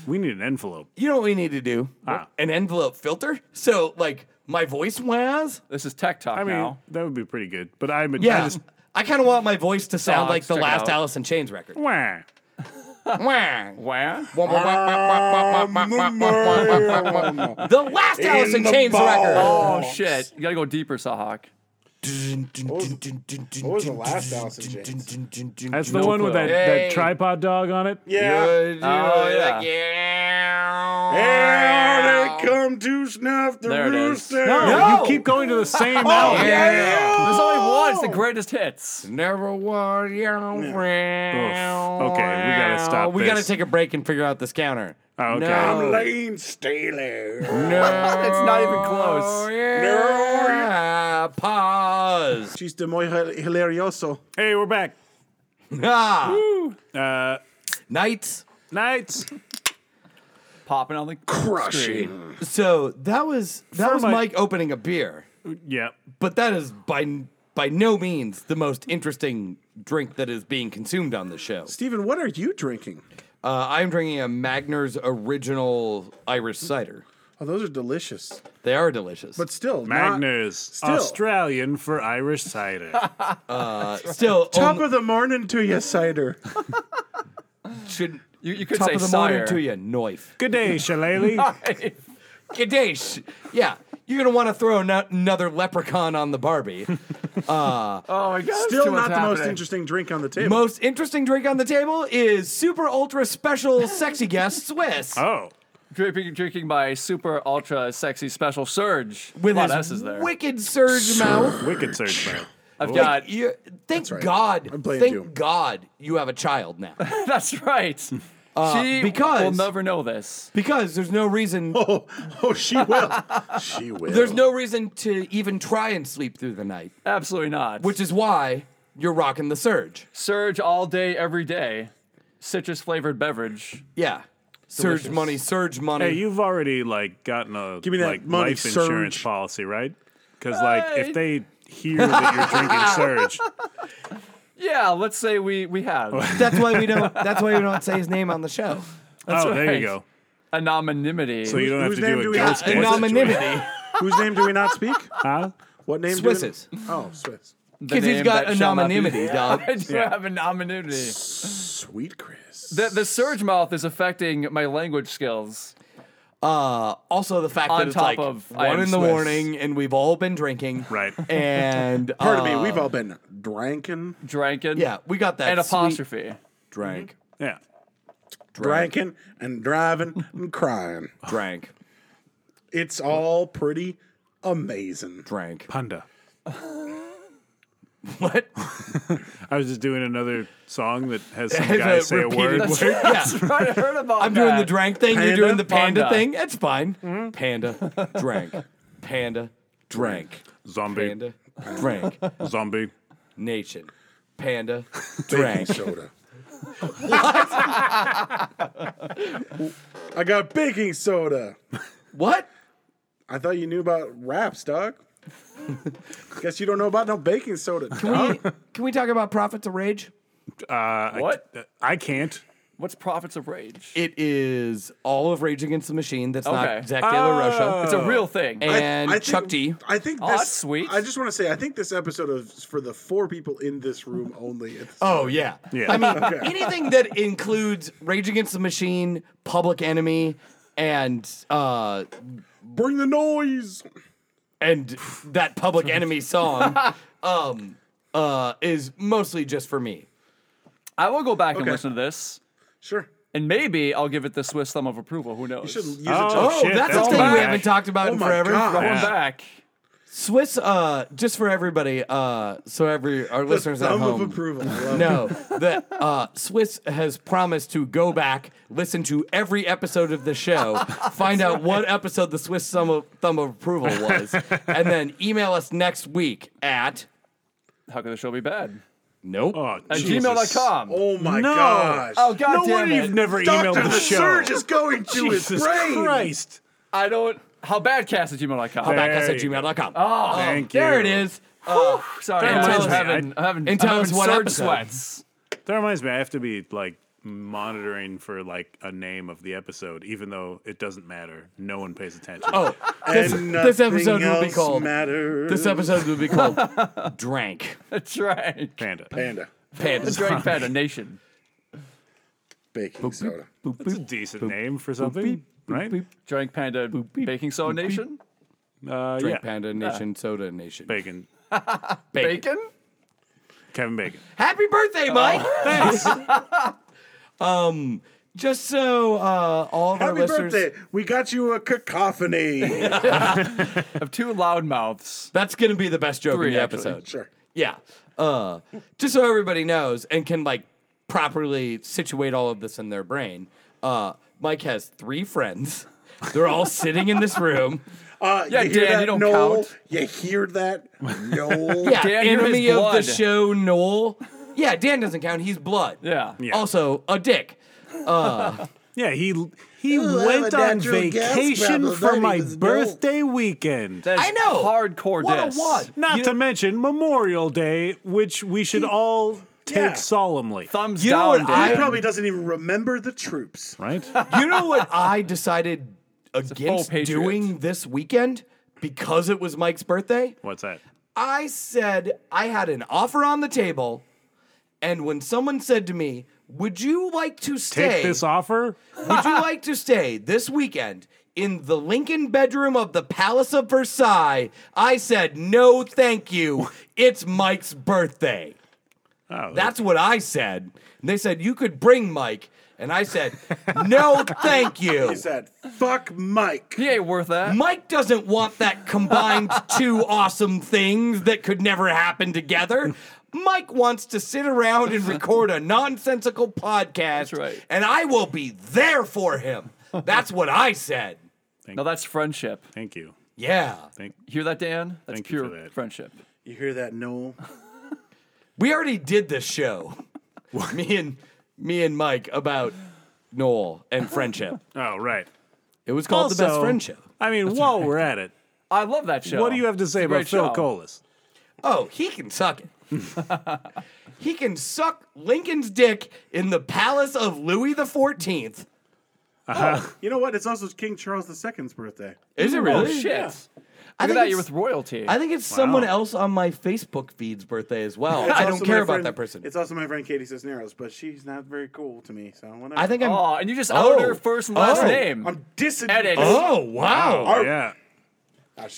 [SPEAKER 3] we need an envelope.
[SPEAKER 4] You know what we need to do?
[SPEAKER 3] Ah.
[SPEAKER 4] An envelope filter. So like my voice was.
[SPEAKER 2] This is tech talk
[SPEAKER 3] I mean,
[SPEAKER 2] now.
[SPEAKER 3] that would be pretty good. But I'm a,
[SPEAKER 4] Yeah.
[SPEAKER 3] I just,
[SPEAKER 4] I kind of want my voice to sound
[SPEAKER 2] Dogs,
[SPEAKER 4] like the
[SPEAKER 2] check it
[SPEAKER 4] last
[SPEAKER 2] out.
[SPEAKER 4] Alice in Chains record.
[SPEAKER 3] wah.
[SPEAKER 4] Wah.
[SPEAKER 2] Where?
[SPEAKER 4] the last Alice in
[SPEAKER 1] the
[SPEAKER 4] Chains
[SPEAKER 1] ball.
[SPEAKER 4] record.
[SPEAKER 2] Oh shit! You gotta go deeper, Sahak.
[SPEAKER 1] What was the last Alice in Chains?
[SPEAKER 3] That's the one with
[SPEAKER 2] clue.
[SPEAKER 3] that,
[SPEAKER 4] Hey.
[SPEAKER 3] that tripod dog on it.
[SPEAKER 1] Yeah.
[SPEAKER 4] Oh,
[SPEAKER 2] yeah.
[SPEAKER 1] Here they come to snuff the
[SPEAKER 2] There it is.
[SPEAKER 1] rooster.
[SPEAKER 3] No,
[SPEAKER 4] No. Oh,
[SPEAKER 3] you keep going to the same album.
[SPEAKER 2] There's only one. It's the greatest hits.
[SPEAKER 4] Never was your
[SPEAKER 3] Oof. Okay, we gotta stop
[SPEAKER 4] We gotta
[SPEAKER 3] this. Oh,
[SPEAKER 4] take a break and figure out this counter.
[SPEAKER 3] Okay.
[SPEAKER 1] I'm
[SPEAKER 4] No.
[SPEAKER 1] Oh. Lane Staley.
[SPEAKER 2] it's not even
[SPEAKER 4] Oh,
[SPEAKER 2] close.
[SPEAKER 4] yeah. Pause.
[SPEAKER 1] She's the muy hil- hilarioso.
[SPEAKER 3] Hey, we're back.
[SPEAKER 4] Ah.
[SPEAKER 3] Uh,
[SPEAKER 4] Nights.
[SPEAKER 3] nights.
[SPEAKER 2] Popping on the
[SPEAKER 1] Crushing.
[SPEAKER 4] So that was that
[SPEAKER 3] For
[SPEAKER 4] was
[SPEAKER 3] my-
[SPEAKER 4] Mike opening a beer,
[SPEAKER 3] Yeah.
[SPEAKER 4] but that is by by no means the most interesting drink that is being consumed on this show.
[SPEAKER 1] Steven, what are you drinking?
[SPEAKER 4] Uh, I'm drinking a Magner's original Irish cider.
[SPEAKER 1] Oh, those are delicious.
[SPEAKER 4] They are delicious,
[SPEAKER 1] But still, not-
[SPEAKER 3] Magnus,
[SPEAKER 1] still.
[SPEAKER 3] Australian for Irish cider.
[SPEAKER 4] Uh, still
[SPEAKER 1] Top
[SPEAKER 4] only-
[SPEAKER 1] of the morning to you, cider.
[SPEAKER 2] Should you, you could
[SPEAKER 4] top
[SPEAKER 2] say
[SPEAKER 4] of the
[SPEAKER 2] sire.
[SPEAKER 4] morning to you, Neuf.
[SPEAKER 3] Good day, Shillelagh.
[SPEAKER 4] Kadesh. Yeah, you're gonna want to throw no- another leprechaun on the Barbie.
[SPEAKER 2] Oh my god!
[SPEAKER 1] Still not the most interesting drink on the table.
[SPEAKER 4] Most interesting drink on the table is super ultra special sexy guest Swiss
[SPEAKER 3] oh,
[SPEAKER 2] Drinking, drinking by super ultra sexy special surge.
[SPEAKER 4] with
[SPEAKER 2] a lot of
[SPEAKER 4] his
[SPEAKER 2] S's there.
[SPEAKER 4] wicked surge mouth.
[SPEAKER 3] wicked search man.
[SPEAKER 2] I've got.
[SPEAKER 4] You, thank
[SPEAKER 1] right.
[SPEAKER 4] God.
[SPEAKER 1] I'm playing
[SPEAKER 4] thank
[SPEAKER 1] Doom.
[SPEAKER 4] God you have a child now.
[SPEAKER 2] That's right. she
[SPEAKER 4] Uh, because-
[SPEAKER 2] will never know this.
[SPEAKER 4] Because there's no reason
[SPEAKER 1] Oh, oh, she will. she will.
[SPEAKER 4] there's no reason to even try and sleep through the night.
[SPEAKER 2] Absolutely not.
[SPEAKER 4] Which is why you're rocking the surge.
[SPEAKER 2] surge all day, every day. Citrus flavored beverage.
[SPEAKER 4] Yeah. Surge money, surge money.
[SPEAKER 3] Hey, you've already like gotten a
[SPEAKER 1] Give me that
[SPEAKER 3] like
[SPEAKER 1] money,
[SPEAKER 3] life insurance
[SPEAKER 1] Surge.
[SPEAKER 3] policy, right? Because like
[SPEAKER 2] Hey.
[SPEAKER 3] if they hear that you're drinking Surge,
[SPEAKER 2] Yeah, let's say we we have
[SPEAKER 4] that's why we don't that's why we don't say his name on the show.
[SPEAKER 3] oh, there
[SPEAKER 2] right.
[SPEAKER 3] you go.
[SPEAKER 2] anonymity.
[SPEAKER 3] So you don't have
[SPEAKER 1] whose
[SPEAKER 3] to
[SPEAKER 1] name
[SPEAKER 3] do a
[SPEAKER 1] do we
[SPEAKER 3] ghost
[SPEAKER 1] have?
[SPEAKER 3] voice situation.
[SPEAKER 4] Anonymity.
[SPEAKER 1] Whose name do we not speak?
[SPEAKER 3] Huh?
[SPEAKER 1] What name? do we-
[SPEAKER 4] Swiss's.
[SPEAKER 1] Oh, Swiss.
[SPEAKER 4] Because he's got anonymity, dog.
[SPEAKER 2] I do have anonymity.
[SPEAKER 1] Sweet Chris.
[SPEAKER 2] The, the surge mouth is affecting my language skills.
[SPEAKER 4] Uh, also the fact
[SPEAKER 2] On
[SPEAKER 4] that it's
[SPEAKER 2] top
[SPEAKER 4] like
[SPEAKER 2] of I
[SPEAKER 4] one
[SPEAKER 2] am
[SPEAKER 4] in the
[SPEAKER 2] Swiss.
[SPEAKER 4] morning and we've all been drinking.
[SPEAKER 3] Right.
[SPEAKER 4] And
[SPEAKER 1] Pardon
[SPEAKER 4] uh,
[SPEAKER 1] me. We've all been drinking,
[SPEAKER 2] Drinking.
[SPEAKER 4] Yeah, we got that
[SPEAKER 2] And
[SPEAKER 4] sweet
[SPEAKER 2] apostrophe.
[SPEAKER 4] drank.
[SPEAKER 3] Yeah.
[SPEAKER 1] drinking, and driving and crying.
[SPEAKER 4] Drank.
[SPEAKER 1] It's all pretty amazing.
[SPEAKER 4] Drank.
[SPEAKER 3] Panda.
[SPEAKER 4] What?
[SPEAKER 3] I was just doing another song that has some
[SPEAKER 4] Has
[SPEAKER 3] guy
[SPEAKER 4] a
[SPEAKER 3] say a
[SPEAKER 4] repeated
[SPEAKER 3] word.
[SPEAKER 4] word. Yeah.
[SPEAKER 2] I heard about
[SPEAKER 4] I'm doing the
[SPEAKER 2] that.
[SPEAKER 4] drank thing. You're
[SPEAKER 1] Panda?
[SPEAKER 4] doing the Uh, panda,
[SPEAKER 2] Panda.
[SPEAKER 4] thing. That's fine. Panda drank. Panda drank.
[SPEAKER 3] Zombie.
[SPEAKER 4] Panda drank.
[SPEAKER 3] Zombie.
[SPEAKER 4] Nation. Panda
[SPEAKER 1] Baking
[SPEAKER 4] drank.
[SPEAKER 1] soda. I got baking soda.
[SPEAKER 4] What?
[SPEAKER 1] I thought you knew about raps, dog. Guess you don't know about no baking soda. dog.
[SPEAKER 4] Can we talk about Prophets of Rage?
[SPEAKER 2] What?
[SPEAKER 3] I can't.
[SPEAKER 2] What's Prophets of Rage?
[SPEAKER 4] It is all of Rage Against the Machine. That's
[SPEAKER 2] Okay.
[SPEAKER 4] not Zach De La Rocha.
[SPEAKER 2] it's a real thing.
[SPEAKER 1] I-
[SPEAKER 4] And
[SPEAKER 1] I
[SPEAKER 4] Chuck D.
[SPEAKER 1] think, I think
[SPEAKER 2] Aw,
[SPEAKER 1] this.
[SPEAKER 2] that's sweet.
[SPEAKER 1] I just want to say, I think this episode is for the four people in this room only. It's-
[SPEAKER 4] Oh yeah.
[SPEAKER 3] Yeah.
[SPEAKER 4] I mean anything that includes Rage Against the Machine, Public Enemy, and uh
[SPEAKER 1] Bring the noise.
[SPEAKER 4] and that Public Enemy song um uh is mostly just for me.
[SPEAKER 2] I will go back and
[SPEAKER 1] Okay.
[SPEAKER 2] listen to this,
[SPEAKER 1] Sure.
[SPEAKER 2] and maybe I'll give it the Swiss thumb of approval. Who knows?
[SPEAKER 1] Should use it
[SPEAKER 3] Oh,
[SPEAKER 1] to-
[SPEAKER 4] Oh,
[SPEAKER 3] shit,
[SPEAKER 4] that's,
[SPEAKER 3] that's
[SPEAKER 4] a thing
[SPEAKER 2] back.
[SPEAKER 4] we haven't talked about
[SPEAKER 1] Oh
[SPEAKER 4] in
[SPEAKER 1] my
[SPEAKER 4] forever.
[SPEAKER 1] God.
[SPEAKER 2] Going
[SPEAKER 3] Yeah.
[SPEAKER 2] back.
[SPEAKER 4] Swiss uh just for everybody uh so every our listeners at
[SPEAKER 1] Thumb of
[SPEAKER 4] home
[SPEAKER 1] approval. I love it.
[SPEAKER 4] No, the uh, Swiss has promised to go back, listen to every episode of the show, find out what episode the Swiss thumb of, thumb of approval was, and then email us next week at
[SPEAKER 2] How could the show be bad?
[SPEAKER 4] Nope.
[SPEAKER 2] At
[SPEAKER 3] Oh, Jesus.
[SPEAKER 2] gmail.com.
[SPEAKER 1] Oh my
[SPEAKER 3] No.
[SPEAKER 1] gosh.
[SPEAKER 2] Oh, God
[SPEAKER 3] no
[SPEAKER 2] damn
[SPEAKER 3] wonder
[SPEAKER 2] it.
[SPEAKER 3] you've never
[SPEAKER 1] Doctor,
[SPEAKER 3] emailed
[SPEAKER 1] the,
[SPEAKER 3] the, show.
[SPEAKER 1] surge is going to his
[SPEAKER 3] Jesus
[SPEAKER 1] brain.
[SPEAKER 3] Christ.
[SPEAKER 2] I don't. How badcast at gmail.com.
[SPEAKER 3] There
[SPEAKER 4] Podcast at
[SPEAKER 3] you go.
[SPEAKER 4] gmail.com.
[SPEAKER 1] Oh,
[SPEAKER 3] Thank you.
[SPEAKER 4] Oh, there it is. Uh,
[SPEAKER 2] Sorry,
[SPEAKER 3] That
[SPEAKER 2] I'm
[SPEAKER 3] reminds me,
[SPEAKER 2] having, I'm having,
[SPEAKER 4] and tell
[SPEAKER 2] I'm
[SPEAKER 4] us
[SPEAKER 2] having
[SPEAKER 4] what
[SPEAKER 2] surge
[SPEAKER 4] episode.
[SPEAKER 2] sweats.
[SPEAKER 3] That reminds me, I have to be like monitoring for like a name of the episode, even though it doesn't matter. No one pays attention.
[SPEAKER 4] oh, this,
[SPEAKER 1] And
[SPEAKER 4] this episode
[SPEAKER 1] nothing
[SPEAKER 4] will be
[SPEAKER 1] else
[SPEAKER 4] called.
[SPEAKER 1] matters.
[SPEAKER 4] This episode will be called Drank
[SPEAKER 2] That's right.
[SPEAKER 3] Panda.
[SPEAKER 1] Panda.
[SPEAKER 4] Pandas.
[SPEAKER 2] Drake Panda Nation.
[SPEAKER 1] Baking soda.
[SPEAKER 3] That's a decent name for something, right?
[SPEAKER 2] Drake Panda Baking Soda Nation.
[SPEAKER 3] Uh, yeah.
[SPEAKER 4] Drink Panda Nation, Soda Nation.
[SPEAKER 3] Bacon.
[SPEAKER 4] Bacon.
[SPEAKER 2] Bacon?
[SPEAKER 3] Kevin Bacon.
[SPEAKER 4] Happy
[SPEAKER 1] Oh,
[SPEAKER 4] birthday, Mike! Thanks. um, just so uh, all of our
[SPEAKER 1] Happy
[SPEAKER 4] listeners.
[SPEAKER 1] birthday. We got you a cacophony.
[SPEAKER 2] Of two loud mouths.
[SPEAKER 4] That's going to be the best joke
[SPEAKER 2] Three,
[SPEAKER 4] in the
[SPEAKER 2] actually.
[SPEAKER 4] episode.
[SPEAKER 1] sure.
[SPEAKER 4] Yeah. Uh, just so everybody knows and can like properly situate all of this in their brain. Uh, Mike has three friends. They're all sitting in this room.
[SPEAKER 1] Uh,
[SPEAKER 2] Yeah,
[SPEAKER 1] you hear
[SPEAKER 2] Dan,
[SPEAKER 1] that,
[SPEAKER 2] you don't
[SPEAKER 1] Noel?
[SPEAKER 2] count.
[SPEAKER 1] You hear that? Noel.
[SPEAKER 4] Yeah,
[SPEAKER 2] Dan, you're
[SPEAKER 4] enemy
[SPEAKER 2] his
[SPEAKER 4] of the
[SPEAKER 2] blood.
[SPEAKER 4] show, Noel. Yeah, Dan doesn't count. He's blood.
[SPEAKER 2] Yeah.
[SPEAKER 4] Also a dick.
[SPEAKER 3] Yeah, he he
[SPEAKER 1] I have
[SPEAKER 3] went
[SPEAKER 1] a
[SPEAKER 3] on
[SPEAKER 1] natural gas
[SPEAKER 3] vacation
[SPEAKER 1] problem.
[SPEAKER 3] for
[SPEAKER 1] Don't
[SPEAKER 3] my
[SPEAKER 1] even know.
[SPEAKER 3] birthday weekend.
[SPEAKER 2] That is
[SPEAKER 4] I know.
[SPEAKER 2] Hardcore
[SPEAKER 4] What a
[SPEAKER 2] diss.
[SPEAKER 4] wad.
[SPEAKER 3] Not
[SPEAKER 4] You
[SPEAKER 3] to
[SPEAKER 4] know-
[SPEAKER 3] mention Memorial Day, which we should all take
[SPEAKER 1] Yeah.
[SPEAKER 3] solemnly.
[SPEAKER 2] Thumbs
[SPEAKER 4] You know
[SPEAKER 2] down,
[SPEAKER 4] what I-
[SPEAKER 1] He
[SPEAKER 2] Dan.
[SPEAKER 1] probably doesn't even remember the troops.
[SPEAKER 3] Right?
[SPEAKER 4] You know what I decided against
[SPEAKER 2] patriot.
[SPEAKER 4] doing this weekend because it was Mike's birthday?
[SPEAKER 3] What's that?
[SPEAKER 4] I said I had an offer on the table, and when someone said to me, "Would you like to
[SPEAKER 3] Take
[SPEAKER 4] stay?
[SPEAKER 3] this offer?
[SPEAKER 4] would you like to stay this weekend in the Lincoln bedroom of the Palace of Versailles?" I said, "No, thank you. It's Mike's birthday."
[SPEAKER 3] Oh,
[SPEAKER 4] That's what I said. And they said you could bring Mike, and I said, "No, thank you."
[SPEAKER 1] He said, fuck Mike.
[SPEAKER 2] He ain't worth that.
[SPEAKER 4] Mike doesn't want that combined two awesome things that could never happen together. Mike wants to sit around and record a nonsensical podcast.
[SPEAKER 2] right.
[SPEAKER 4] And I will be there for him. That's what I said.
[SPEAKER 2] No, that's friendship.
[SPEAKER 3] thank you.
[SPEAKER 4] Yeah.
[SPEAKER 3] Thank
[SPEAKER 2] Hear that, Dan? That's
[SPEAKER 3] Thank you
[SPEAKER 2] pure
[SPEAKER 3] for that.
[SPEAKER 2] friendship.
[SPEAKER 1] You hear that, Noel?
[SPEAKER 4] We already did this show. me and me and Mike about Noel and friendship.
[SPEAKER 3] Oh, right.
[SPEAKER 4] It was called the best
[SPEAKER 3] Also,
[SPEAKER 4] friendship.
[SPEAKER 3] I mean, while we're at it,
[SPEAKER 2] I love that show.
[SPEAKER 3] what do you have to say
[SPEAKER 2] It's a
[SPEAKER 3] about
[SPEAKER 2] great
[SPEAKER 3] Phil
[SPEAKER 2] show.
[SPEAKER 3] Colas?
[SPEAKER 4] Oh, he can suck it. he can suck Lincoln's dick in the palace of Louis the 14th.
[SPEAKER 1] You know what? It's also King Charles II's birthday.
[SPEAKER 4] Is it
[SPEAKER 2] Oh,
[SPEAKER 4] really?
[SPEAKER 2] shit.
[SPEAKER 4] I
[SPEAKER 2] Look at that.
[SPEAKER 4] think
[SPEAKER 2] You're with
[SPEAKER 4] it's-
[SPEAKER 2] royalty.
[SPEAKER 4] I think it's someone else on my Facebook feed's birthday as well.
[SPEAKER 1] It's
[SPEAKER 4] I
[SPEAKER 1] also
[SPEAKER 4] don't
[SPEAKER 1] my
[SPEAKER 4] care about
[SPEAKER 1] friend-
[SPEAKER 4] that person.
[SPEAKER 1] It's also my friend Katie Cisneros, but she's not very cool to me. So whatever.
[SPEAKER 4] I think I'm.
[SPEAKER 2] oh, and you just outed her first and last
[SPEAKER 4] Oh.
[SPEAKER 2] name.
[SPEAKER 1] I'm dissing.
[SPEAKER 2] Edit.
[SPEAKER 4] Oh, wow.
[SPEAKER 3] Oh, yeah.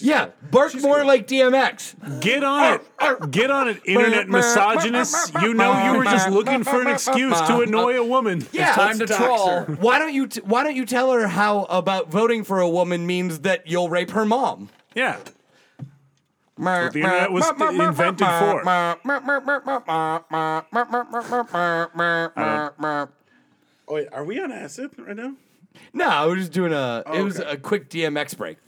[SPEAKER 4] Yeah, bark more like DMX.
[SPEAKER 3] Get on it. Get on it, internet misogynists. You know you were just looking for an excuse to annoy a woman.
[SPEAKER 4] Yeah.
[SPEAKER 2] Time to
[SPEAKER 1] dox
[SPEAKER 2] troll.
[SPEAKER 1] her.
[SPEAKER 4] why don't you t- Why don't you tell her how about voting for a woman means that you'll rape her mom?
[SPEAKER 3] Yeah.
[SPEAKER 4] What
[SPEAKER 3] the internet was invented for.
[SPEAKER 1] Oh, wait, are we on acid right now?
[SPEAKER 4] No, I was just doing a. It was
[SPEAKER 1] okay.
[SPEAKER 4] a quick DMX break.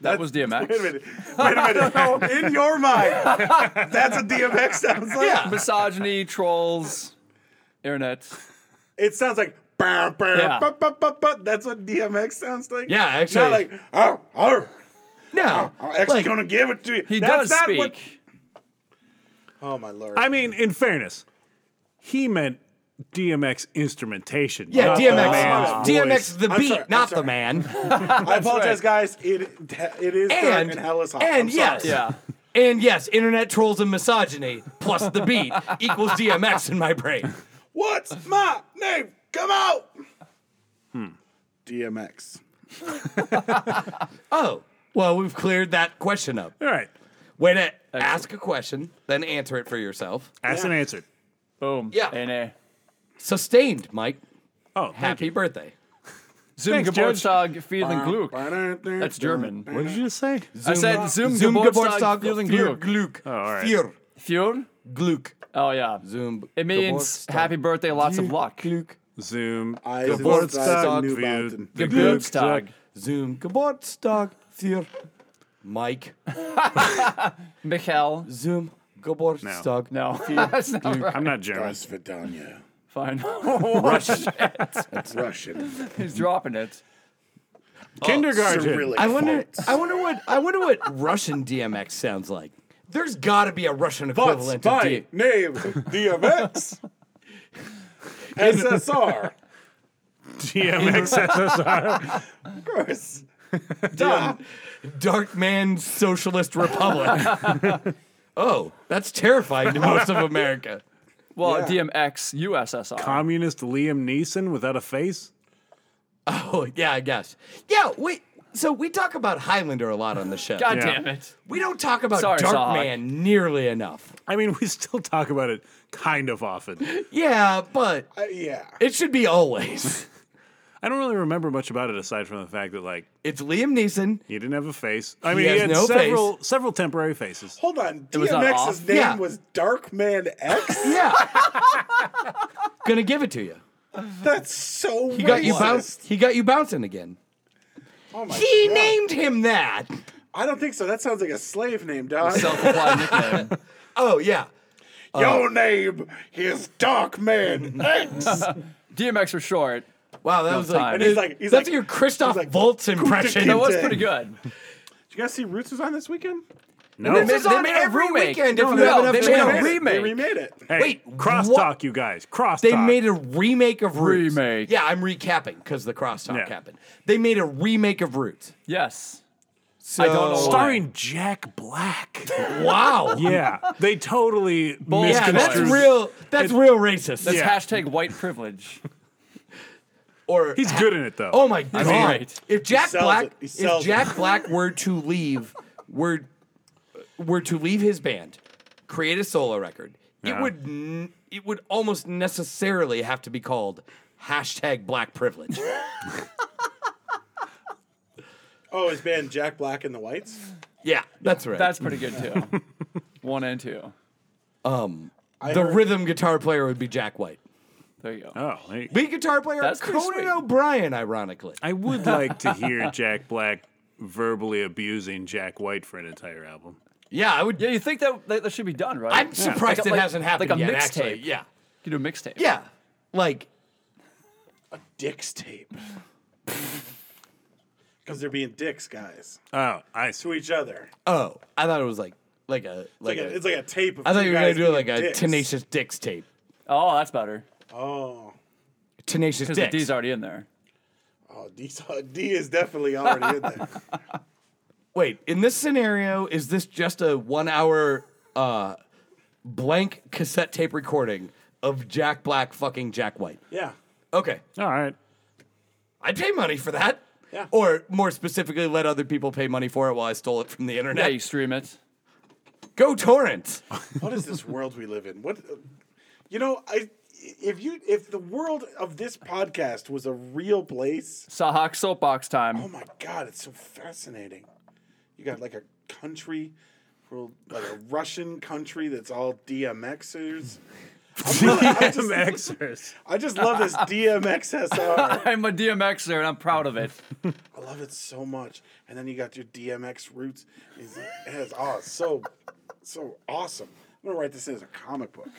[SPEAKER 2] That was DMX.
[SPEAKER 1] Wait a minute. Wait a minute. No, in your mind, that's a DMX sounds like.
[SPEAKER 4] Yeah.
[SPEAKER 2] Misogyny, trolls, internet.
[SPEAKER 1] It sounds like. "Bah, bah,
[SPEAKER 2] Yeah.
[SPEAKER 1] bah, bah, bah, bah." That's what DMX sounds like.
[SPEAKER 4] Yeah, actually-
[SPEAKER 1] Not like, oh, oh,
[SPEAKER 4] No,
[SPEAKER 1] I'm actually
[SPEAKER 4] like,
[SPEAKER 1] gonna give it to you.
[SPEAKER 2] He
[SPEAKER 1] That's
[SPEAKER 2] does
[SPEAKER 1] not
[SPEAKER 2] speak.
[SPEAKER 1] what- oh my lord.
[SPEAKER 3] I mean, in fairness, he meant DMX instrumentation.
[SPEAKER 4] yeah,
[SPEAKER 3] not the man's
[SPEAKER 4] DMX.
[SPEAKER 3] voice.
[SPEAKER 4] DMX the
[SPEAKER 1] I'm
[SPEAKER 4] beat,
[SPEAKER 1] sorry, I'm
[SPEAKER 4] not the
[SPEAKER 1] sorry.
[SPEAKER 4] man.
[SPEAKER 1] I apologize, guys. It it is dark
[SPEAKER 4] And
[SPEAKER 1] and hell is hot. I'm
[SPEAKER 4] and
[SPEAKER 1] sorry.
[SPEAKER 4] yes,
[SPEAKER 2] Yeah.
[SPEAKER 4] And yes, internet trolls and misogyny plus the beat equals DMX in my brain.
[SPEAKER 1] What's my name? Come out. Hmm. DMX.
[SPEAKER 4] Oh, well, we've cleared that question up.
[SPEAKER 3] All right.
[SPEAKER 4] Way to ask a question, then answer it for yourself.
[SPEAKER 3] Asked and answered.
[SPEAKER 2] Boom.
[SPEAKER 4] Yeah.
[SPEAKER 2] NA.
[SPEAKER 4] Sustained, Mike.
[SPEAKER 3] Oh, thank
[SPEAKER 4] Happy
[SPEAKER 3] you.
[SPEAKER 4] birthday.
[SPEAKER 2] Zum
[SPEAKER 3] Thanks, George.
[SPEAKER 2] Geburtstag, vielen Glück. That's German.
[SPEAKER 3] What did you just say?
[SPEAKER 2] I said Zum
[SPEAKER 4] Zoom
[SPEAKER 2] Geburtstag,
[SPEAKER 4] Geburtstag
[SPEAKER 2] vielen
[SPEAKER 4] für
[SPEAKER 2] Glück.
[SPEAKER 4] Glück. Oh,
[SPEAKER 3] all right.
[SPEAKER 4] Für
[SPEAKER 2] Fjord?
[SPEAKER 4] Glück.
[SPEAKER 2] Oh, yeah.
[SPEAKER 4] Zoom.
[SPEAKER 2] It means
[SPEAKER 4] Geburtstag.
[SPEAKER 2] happy birthday, lots of luck.
[SPEAKER 4] Glück.
[SPEAKER 3] Zoom.
[SPEAKER 1] I-
[SPEAKER 3] Geburtstag.
[SPEAKER 1] I knew
[SPEAKER 3] wir-
[SPEAKER 1] about it.
[SPEAKER 2] Geburtstag.
[SPEAKER 4] Zoom Geburtstag für Mike.
[SPEAKER 2] Michael.
[SPEAKER 4] Zoom Gabor
[SPEAKER 3] No.
[SPEAKER 4] Stug.
[SPEAKER 2] No, that's not right.
[SPEAKER 3] I'm not German.
[SPEAKER 1] Das Vidania.
[SPEAKER 2] fine.
[SPEAKER 3] Russian.
[SPEAKER 1] That's Russian.
[SPEAKER 2] He's dropping it.
[SPEAKER 3] Kindergarten.
[SPEAKER 1] Cyrillic
[SPEAKER 4] I wonder.
[SPEAKER 1] fonts.
[SPEAKER 4] I wonder what. I wonder what Russian DMX sounds like. There's got to be a Russian
[SPEAKER 1] But
[SPEAKER 4] equivalent of
[SPEAKER 1] by
[SPEAKER 4] D.
[SPEAKER 1] name DMX. SSR.
[SPEAKER 3] DMXSSR.
[SPEAKER 1] Of course.
[SPEAKER 4] Dark Man Socialist Republic. oh, that's terrifying to most of America.
[SPEAKER 2] Well, DMX USSR.
[SPEAKER 3] Communist Liam Neeson without a face.
[SPEAKER 4] Oh, yeah, I guess. Yeah, wait. So we talk about Highlander a lot on the show.
[SPEAKER 2] God
[SPEAKER 3] Yeah.
[SPEAKER 2] damn it.
[SPEAKER 4] We don't talk about
[SPEAKER 2] Sorry,
[SPEAKER 4] Dark
[SPEAKER 2] Sahak.
[SPEAKER 4] Man nearly enough.
[SPEAKER 3] I mean, we still talk about it kind of often.
[SPEAKER 4] Yeah, but
[SPEAKER 1] Uh, yeah.
[SPEAKER 4] it should be always.
[SPEAKER 3] I don't really remember much about it aside from the fact that like
[SPEAKER 4] It's Liam Neeson.
[SPEAKER 3] he didn't have a face. I mean, he,
[SPEAKER 4] has
[SPEAKER 3] had
[SPEAKER 4] no face.
[SPEAKER 3] several several temporary faces.
[SPEAKER 1] Hold on.
[SPEAKER 2] was not
[SPEAKER 1] DMX's
[SPEAKER 2] off?
[SPEAKER 1] name
[SPEAKER 4] Yeah.
[SPEAKER 1] was Dark Man X?
[SPEAKER 4] Yeah. Gonna give it to you.
[SPEAKER 1] That's so
[SPEAKER 4] He got you
[SPEAKER 1] racist.
[SPEAKER 4] bounced. He got you bouncing again.
[SPEAKER 1] Oh my
[SPEAKER 4] He
[SPEAKER 1] God.
[SPEAKER 4] named him that.
[SPEAKER 1] I don't think so. That sounds like a slave name, dog.
[SPEAKER 2] Self-applied nickname.
[SPEAKER 4] Oh yeah.
[SPEAKER 1] Your name is Dark Man X.
[SPEAKER 2] DMX for short.
[SPEAKER 4] Wow, that was
[SPEAKER 2] time.
[SPEAKER 4] like,
[SPEAKER 2] And he's
[SPEAKER 1] like- he's
[SPEAKER 4] that's
[SPEAKER 1] like-
[SPEAKER 4] your Christoph
[SPEAKER 1] he's like,
[SPEAKER 4] Waltz
[SPEAKER 1] Ding,
[SPEAKER 2] That
[SPEAKER 4] impression.
[SPEAKER 2] was
[SPEAKER 1] ding.
[SPEAKER 2] pretty good.
[SPEAKER 1] Did you guys see Roots was on this weekend?
[SPEAKER 3] No,
[SPEAKER 4] This is
[SPEAKER 2] They
[SPEAKER 4] on
[SPEAKER 2] made a
[SPEAKER 4] every
[SPEAKER 2] remake.
[SPEAKER 4] weekend if
[SPEAKER 2] No,
[SPEAKER 4] you
[SPEAKER 2] no,
[SPEAKER 4] have enough
[SPEAKER 2] they made a
[SPEAKER 4] channels.
[SPEAKER 2] remake.
[SPEAKER 1] They remade it.
[SPEAKER 3] hey,
[SPEAKER 4] wait,
[SPEAKER 3] crosstalk,
[SPEAKER 4] what?
[SPEAKER 3] you guys, crosstalk.
[SPEAKER 4] They made a remake of Roots.
[SPEAKER 2] Remake.
[SPEAKER 4] Yeah, I'm recapping because the crosstalk
[SPEAKER 3] Yeah.
[SPEAKER 4] happened. They made a remake of Roots.
[SPEAKER 2] Yes.
[SPEAKER 4] So,
[SPEAKER 2] don't know why.
[SPEAKER 3] starring Jack Black.
[SPEAKER 4] Wow.
[SPEAKER 3] yeah, they totally
[SPEAKER 4] Yeah, that's
[SPEAKER 3] misconstrued.
[SPEAKER 4] real. That's real racist.
[SPEAKER 2] That's
[SPEAKER 3] Yeah.
[SPEAKER 2] hashtag white privilege.
[SPEAKER 4] or
[SPEAKER 3] He's good in it though.
[SPEAKER 4] oh my god!
[SPEAKER 2] right.
[SPEAKER 4] If Jack
[SPEAKER 1] sells
[SPEAKER 4] Black,
[SPEAKER 1] it. He
[SPEAKER 4] if
[SPEAKER 1] sells
[SPEAKER 4] Jack Black were to leave, were were to leave his band, create a solo record, it
[SPEAKER 3] Yeah.
[SPEAKER 4] would n- it would almost necessarily have to be called hashtag Black Privilege.
[SPEAKER 1] Oh, his band Jack Black and the Whites.
[SPEAKER 4] yeah, that's right.
[SPEAKER 2] That's pretty good too. One and two.
[SPEAKER 1] I
[SPEAKER 4] the
[SPEAKER 1] heard-
[SPEAKER 4] rhythm guitar player would be Jack White.
[SPEAKER 2] There you go.
[SPEAKER 3] Oh, hey,
[SPEAKER 4] Lead guitar player
[SPEAKER 2] That's pretty
[SPEAKER 4] Conan
[SPEAKER 2] sweet.
[SPEAKER 4] O'Brien, ironically.
[SPEAKER 3] I would like to hear Jack Black verbally abusing Jack White for an entire album.
[SPEAKER 4] Yeah, I would.
[SPEAKER 2] yeah, you think that that, that should be done, right?
[SPEAKER 4] I'm surprised
[SPEAKER 2] Like a-
[SPEAKER 4] it
[SPEAKER 2] like-
[SPEAKER 4] hasn't happened
[SPEAKER 2] like a
[SPEAKER 4] yet. actually.
[SPEAKER 2] mixtape.
[SPEAKER 4] yeah,
[SPEAKER 2] You do a mixtape.
[SPEAKER 4] yeah, like
[SPEAKER 1] Dick's tape. Because they're being dicks, guys,
[SPEAKER 3] Oh, I see.
[SPEAKER 1] to each other.
[SPEAKER 4] oh, I thought it was like like a
[SPEAKER 1] Like
[SPEAKER 4] like
[SPEAKER 1] a-
[SPEAKER 4] a.
[SPEAKER 1] it's like a tape. Of
[SPEAKER 4] I thought
[SPEAKER 1] two
[SPEAKER 4] you were gonna
[SPEAKER 1] guys
[SPEAKER 4] do like
[SPEAKER 1] being
[SPEAKER 4] a
[SPEAKER 1] dicks.
[SPEAKER 4] tenacious dicks tape.
[SPEAKER 2] Oh, that's better
[SPEAKER 1] Oh,
[SPEAKER 4] Tenacious
[SPEAKER 2] because the
[SPEAKER 4] dicks.
[SPEAKER 2] D's already in there.
[SPEAKER 1] oh, D, D is definitely already in there.
[SPEAKER 4] Wait, in this scenario, is this just a one-hour uh, blank cassette tape recording of Jack Black fucking Jack White?
[SPEAKER 1] Yeah,
[SPEAKER 4] Okay,
[SPEAKER 3] All right.
[SPEAKER 4] I'd pay money for that.
[SPEAKER 1] Yeah.
[SPEAKER 4] Or more specifically, let other people pay money for it while I stole it from the
[SPEAKER 2] Yeah,
[SPEAKER 4] internet.
[SPEAKER 2] you stream it.
[SPEAKER 4] Go torrent.
[SPEAKER 1] what is this world we live in? What, you know, I if you if the world of this podcast was a real place,
[SPEAKER 2] Sahak soapbox time.
[SPEAKER 1] Oh my god, it's so fascinating. You got like a country, well, like a Russian country that's all DMXers. I'm really- I, just,
[SPEAKER 3] DMXers.
[SPEAKER 1] I just love this DMXSR.
[SPEAKER 2] I'm a DMXer and I'm proud of it.
[SPEAKER 1] I love it so much. And then you got your DMX roots. It's, it's, oh, it's so, so awesome. I'm gonna write this as a comic book.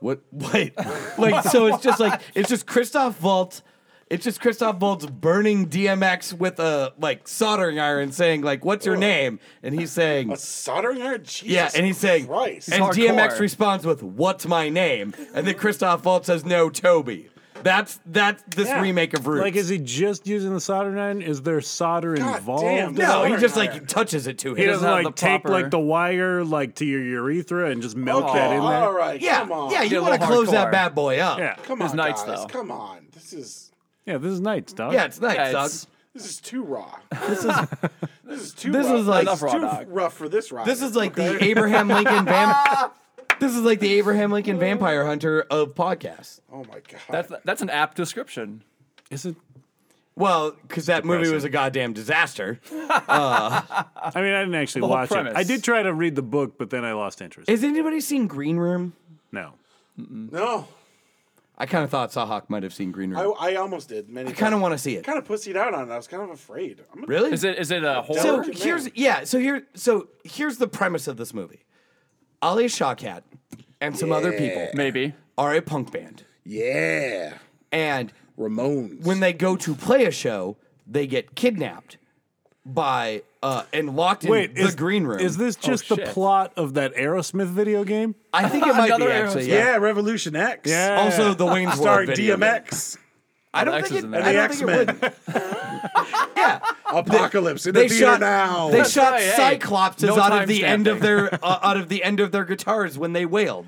[SPEAKER 4] What? Wait. like, so it's just like, it's just Christoph Waltz. It's just Christoph Waltz burning DMX with a, like, soldering iron saying, like, what's your name? And he's saying,
[SPEAKER 1] A soldering iron? Jesus
[SPEAKER 4] yeah, and he's saying,
[SPEAKER 1] Christ.
[SPEAKER 4] and
[SPEAKER 2] Hardcore.
[SPEAKER 4] DMX responds with, what's my name? And then Christoph Waltz says, no, Toby. That's, that's this
[SPEAKER 1] Yeah.
[SPEAKER 4] remake of Roots.
[SPEAKER 3] Like, is he just using the soldering iron? Is there solder
[SPEAKER 1] God
[SPEAKER 3] involved?
[SPEAKER 1] damn, dude.
[SPEAKER 4] no, he
[SPEAKER 1] Soldering
[SPEAKER 4] just,
[SPEAKER 1] iron.
[SPEAKER 4] like, touches it to
[SPEAKER 3] He
[SPEAKER 4] him.
[SPEAKER 3] doesn't
[SPEAKER 2] doesn't have
[SPEAKER 3] like
[SPEAKER 2] the
[SPEAKER 3] take
[SPEAKER 2] proper-
[SPEAKER 3] like the wire like to your urethra and just melt that
[SPEAKER 1] Okay,
[SPEAKER 3] in there.
[SPEAKER 1] all right,
[SPEAKER 4] Yeah,
[SPEAKER 1] come on.
[SPEAKER 4] yeah,
[SPEAKER 2] Get
[SPEAKER 4] you
[SPEAKER 2] a
[SPEAKER 4] want to
[SPEAKER 2] little
[SPEAKER 4] close that
[SPEAKER 2] hardcore.
[SPEAKER 4] bad boy up.
[SPEAKER 3] Yeah,
[SPEAKER 1] Come
[SPEAKER 2] His
[SPEAKER 1] on,
[SPEAKER 2] nights,
[SPEAKER 1] guys,
[SPEAKER 2] though.
[SPEAKER 1] come on. This is
[SPEAKER 3] yeah. This is nice, dog.
[SPEAKER 4] Yeah, it's nice,
[SPEAKER 2] Yeah,
[SPEAKER 4] dog.
[SPEAKER 2] it's-
[SPEAKER 1] this is too raw.
[SPEAKER 4] This is,
[SPEAKER 1] This is too.
[SPEAKER 4] This
[SPEAKER 1] rough.
[SPEAKER 4] is like-
[SPEAKER 1] This
[SPEAKER 2] Enough raw
[SPEAKER 1] too
[SPEAKER 2] dog.
[SPEAKER 1] rough for this ride.
[SPEAKER 4] This is like the Abraham Lincoln vamp. This is like the Abraham Lincoln vampire hunter of podcasts.
[SPEAKER 1] oh my god.
[SPEAKER 2] That's that's an apt description.
[SPEAKER 3] Is it?
[SPEAKER 4] Well, because that movie
[SPEAKER 3] Depressing.
[SPEAKER 4] was a goddamn disaster.
[SPEAKER 3] I mean, I didn't actually
[SPEAKER 2] whole
[SPEAKER 3] watch
[SPEAKER 2] premise.
[SPEAKER 3] it. I did try to read the book, but then I lost interest.
[SPEAKER 4] Has anybody seen Green Room?
[SPEAKER 3] no.
[SPEAKER 1] no,
[SPEAKER 4] I kind of thought Sahak might have seen Green
[SPEAKER 1] I,
[SPEAKER 4] Room.
[SPEAKER 1] I almost did. Many.
[SPEAKER 4] I kind of want to see it.
[SPEAKER 1] Kind of pussied out on it. I was kind of afraid. I'm gonna-
[SPEAKER 4] Really?
[SPEAKER 2] Is it is it a horror?
[SPEAKER 4] so
[SPEAKER 1] Working man.
[SPEAKER 4] here's yeah. So here so here's the premise of this movie. Ali Shawkat and some other people
[SPEAKER 2] Maybe.
[SPEAKER 4] are a punk band.
[SPEAKER 1] Yeah.
[SPEAKER 4] And
[SPEAKER 1] Ramones.
[SPEAKER 4] when they go to play a show, they get kidnapped by uh, and locked
[SPEAKER 3] Wait,
[SPEAKER 4] in the
[SPEAKER 3] is,
[SPEAKER 4] green room. Oh,
[SPEAKER 3] Is this just the
[SPEAKER 2] shit.
[SPEAKER 3] plot of that Aerosmith video game?
[SPEAKER 4] I think it might be
[SPEAKER 2] Another
[SPEAKER 4] actually.
[SPEAKER 1] yeah.
[SPEAKER 4] Yeah.
[SPEAKER 1] Revolution X.
[SPEAKER 3] Yeah.
[SPEAKER 4] Also, the Wayne's
[SPEAKER 1] Starring
[SPEAKER 4] World video. game.
[SPEAKER 1] DMX
[SPEAKER 4] I don't
[SPEAKER 2] X
[SPEAKER 4] think
[SPEAKER 2] is
[SPEAKER 4] it,
[SPEAKER 2] in
[SPEAKER 4] I
[SPEAKER 2] there.
[SPEAKER 1] and the X
[SPEAKER 4] don't think it would.
[SPEAKER 1] Men. Apocalypse in
[SPEAKER 4] They
[SPEAKER 1] the theater
[SPEAKER 4] shot
[SPEAKER 1] now.
[SPEAKER 4] They shot
[SPEAKER 2] right, hey.
[SPEAKER 4] Cyclops
[SPEAKER 2] No
[SPEAKER 4] out
[SPEAKER 2] time
[SPEAKER 4] of the end of
[SPEAKER 2] stamping.
[SPEAKER 4] their uh, out of the end of their guitars when they wailed.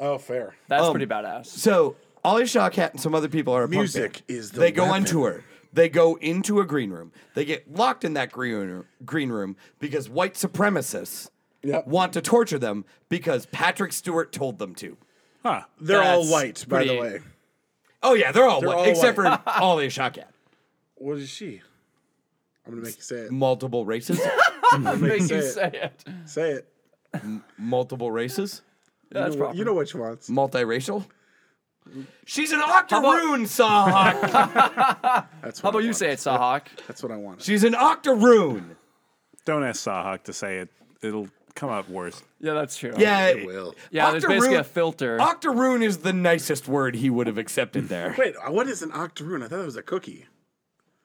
[SPEAKER 1] oh, fair.
[SPEAKER 2] That's pretty badass.
[SPEAKER 4] So Ollie Shawkat and some other people are a punk
[SPEAKER 1] Music
[SPEAKER 4] band.
[SPEAKER 1] is the
[SPEAKER 4] They go on
[SPEAKER 1] weapon.
[SPEAKER 4] tour. They go into a green room. They get locked in that green room, green room because white supremacists
[SPEAKER 1] Yep.
[SPEAKER 4] want to torture them because Patrick Stewart told them to.
[SPEAKER 3] Huh.
[SPEAKER 1] They're all
[SPEAKER 2] That's
[SPEAKER 1] white, by the
[SPEAKER 2] pretty-
[SPEAKER 1] way.
[SPEAKER 4] Oh yeah, they're all white
[SPEAKER 1] all
[SPEAKER 4] except for Ollie Shawkat.
[SPEAKER 1] What is she? I'm gonna make you say it.
[SPEAKER 4] Multiple races.
[SPEAKER 2] Make you
[SPEAKER 1] it.
[SPEAKER 2] say it.
[SPEAKER 1] Say it.
[SPEAKER 4] Multiple races.
[SPEAKER 2] That's proper.
[SPEAKER 1] You know what she wants.
[SPEAKER 4] Multiracial. She's an octoroon, Sawhawk.
[SPEAKER 1] That's what
[SPEAKER 2] How
[SPEAKER 1] I
[SPEAKER 2] about you
[SPEAKER 1] want.
[SPEAKER 2] say it, Sahak?
[SPEAKER 1] That's what I want.
[SPEAKER 4] She's an octoroon.
[SPEAKER 3] Don't ask Sawhawk to say it. It'll come out worse.
[SPEAKER 2] Yeah, that's true.
[SPEAKER 4] Yeah,
[SPEAKER 1] It will.
[SPEAKER 2] Yeah, there's basically
[SPEAKER 4] Octoroon-
[SPEAKER 2] a filter.
[SPEAKER 4] Octoroon is the nicest word he would have accepted there.
[SPEAKER 1] Wait, Uh, what is an octoroon? I thought it was a cookie.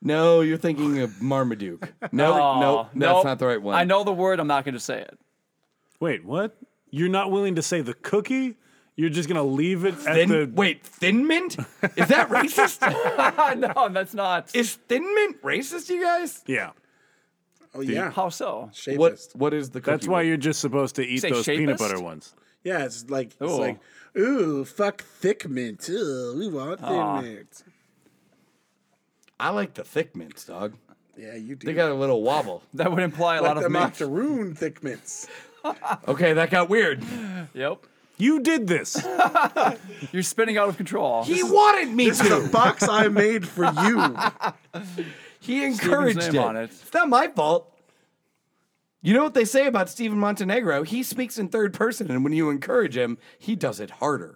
[SPEAKER 4] No, you're thinking of Marmaduke. No,
[SPEAKER 2] Oh,
[SPEAKER 4] no, that's
[SPEAKER 2] nope.
[SPEAKER 4] not the right one.
[SPEAKER 2] I know the word. I'm not going to say it.
[SPEAKER 3] Wait, what? You're not willing to say the cookie? You're just gonna leave it at
[SPEAKER 4] Thin,
[SPEAKER 3] the
[SPEAKER 4] Wait, Thin Mint? Is that racist?
[SPEAKER 2] no, that's not.
[SPEAKER 4] is Thin Mint racist, you guys?
[SPEAKER 3] yeah.
[SPEAKER 1] Oh yeah,
[SPEAKER 2] How so?
[SPEAKER 4] What?
[SPEAKER 1] shapist.
[SPEAKER 4] What is the? Cookie
[SPEAKER 3] That's why
[SPEAKER 4] word?
[SPEAKER 3] you're just supposed to eat
[SPEAKER 2] Say
[SPEAKER 3] those peanut
[SPEAKER 2] shapist?
[SPEAKER 3] butter ones.
[SPEAKER 1] Yeah, it's like it's
[SPEAKER 2] Ooh.
[SPEAKER 1] like ooh, fuck thick mint. Ooh, we want thick
[SPEAKER 2] Ah.
[SPEAKER 1] mint.
[SPEAKER 4] I like the thick mints, dog.
[SPEAKER 1] Yeah, you do.
[SPEAKER 4] They got a little wobble.
[SPEAKER 2] That would imply a lot
[SPEAKER 1] the
[SPEAKER 2] of mint.
[SPEAKER 1] octoroon thick mints.
[SPEAKER 4] Okay, that got weird.
[SPEAKER 2] Yep.
[SPEAKER 3] You did this.
[SPEAKER 2] You're spinning out of control.
[SPEAKER 4] He wanted me
[SPEAKER 1] This is a
[SPEAKER 4] to.
[SPEAKER 1] box I made for you.
[SPEAKER 4] He encouraged
[SPEAKER 2] name
[SPEAKER 4] it.
[SPEAKER 2] on it.
[SPEAKER 4] It's not my fault. You know what they say about Steven Montenegro? He speaks in third person, and when you encourage him, he does it harder.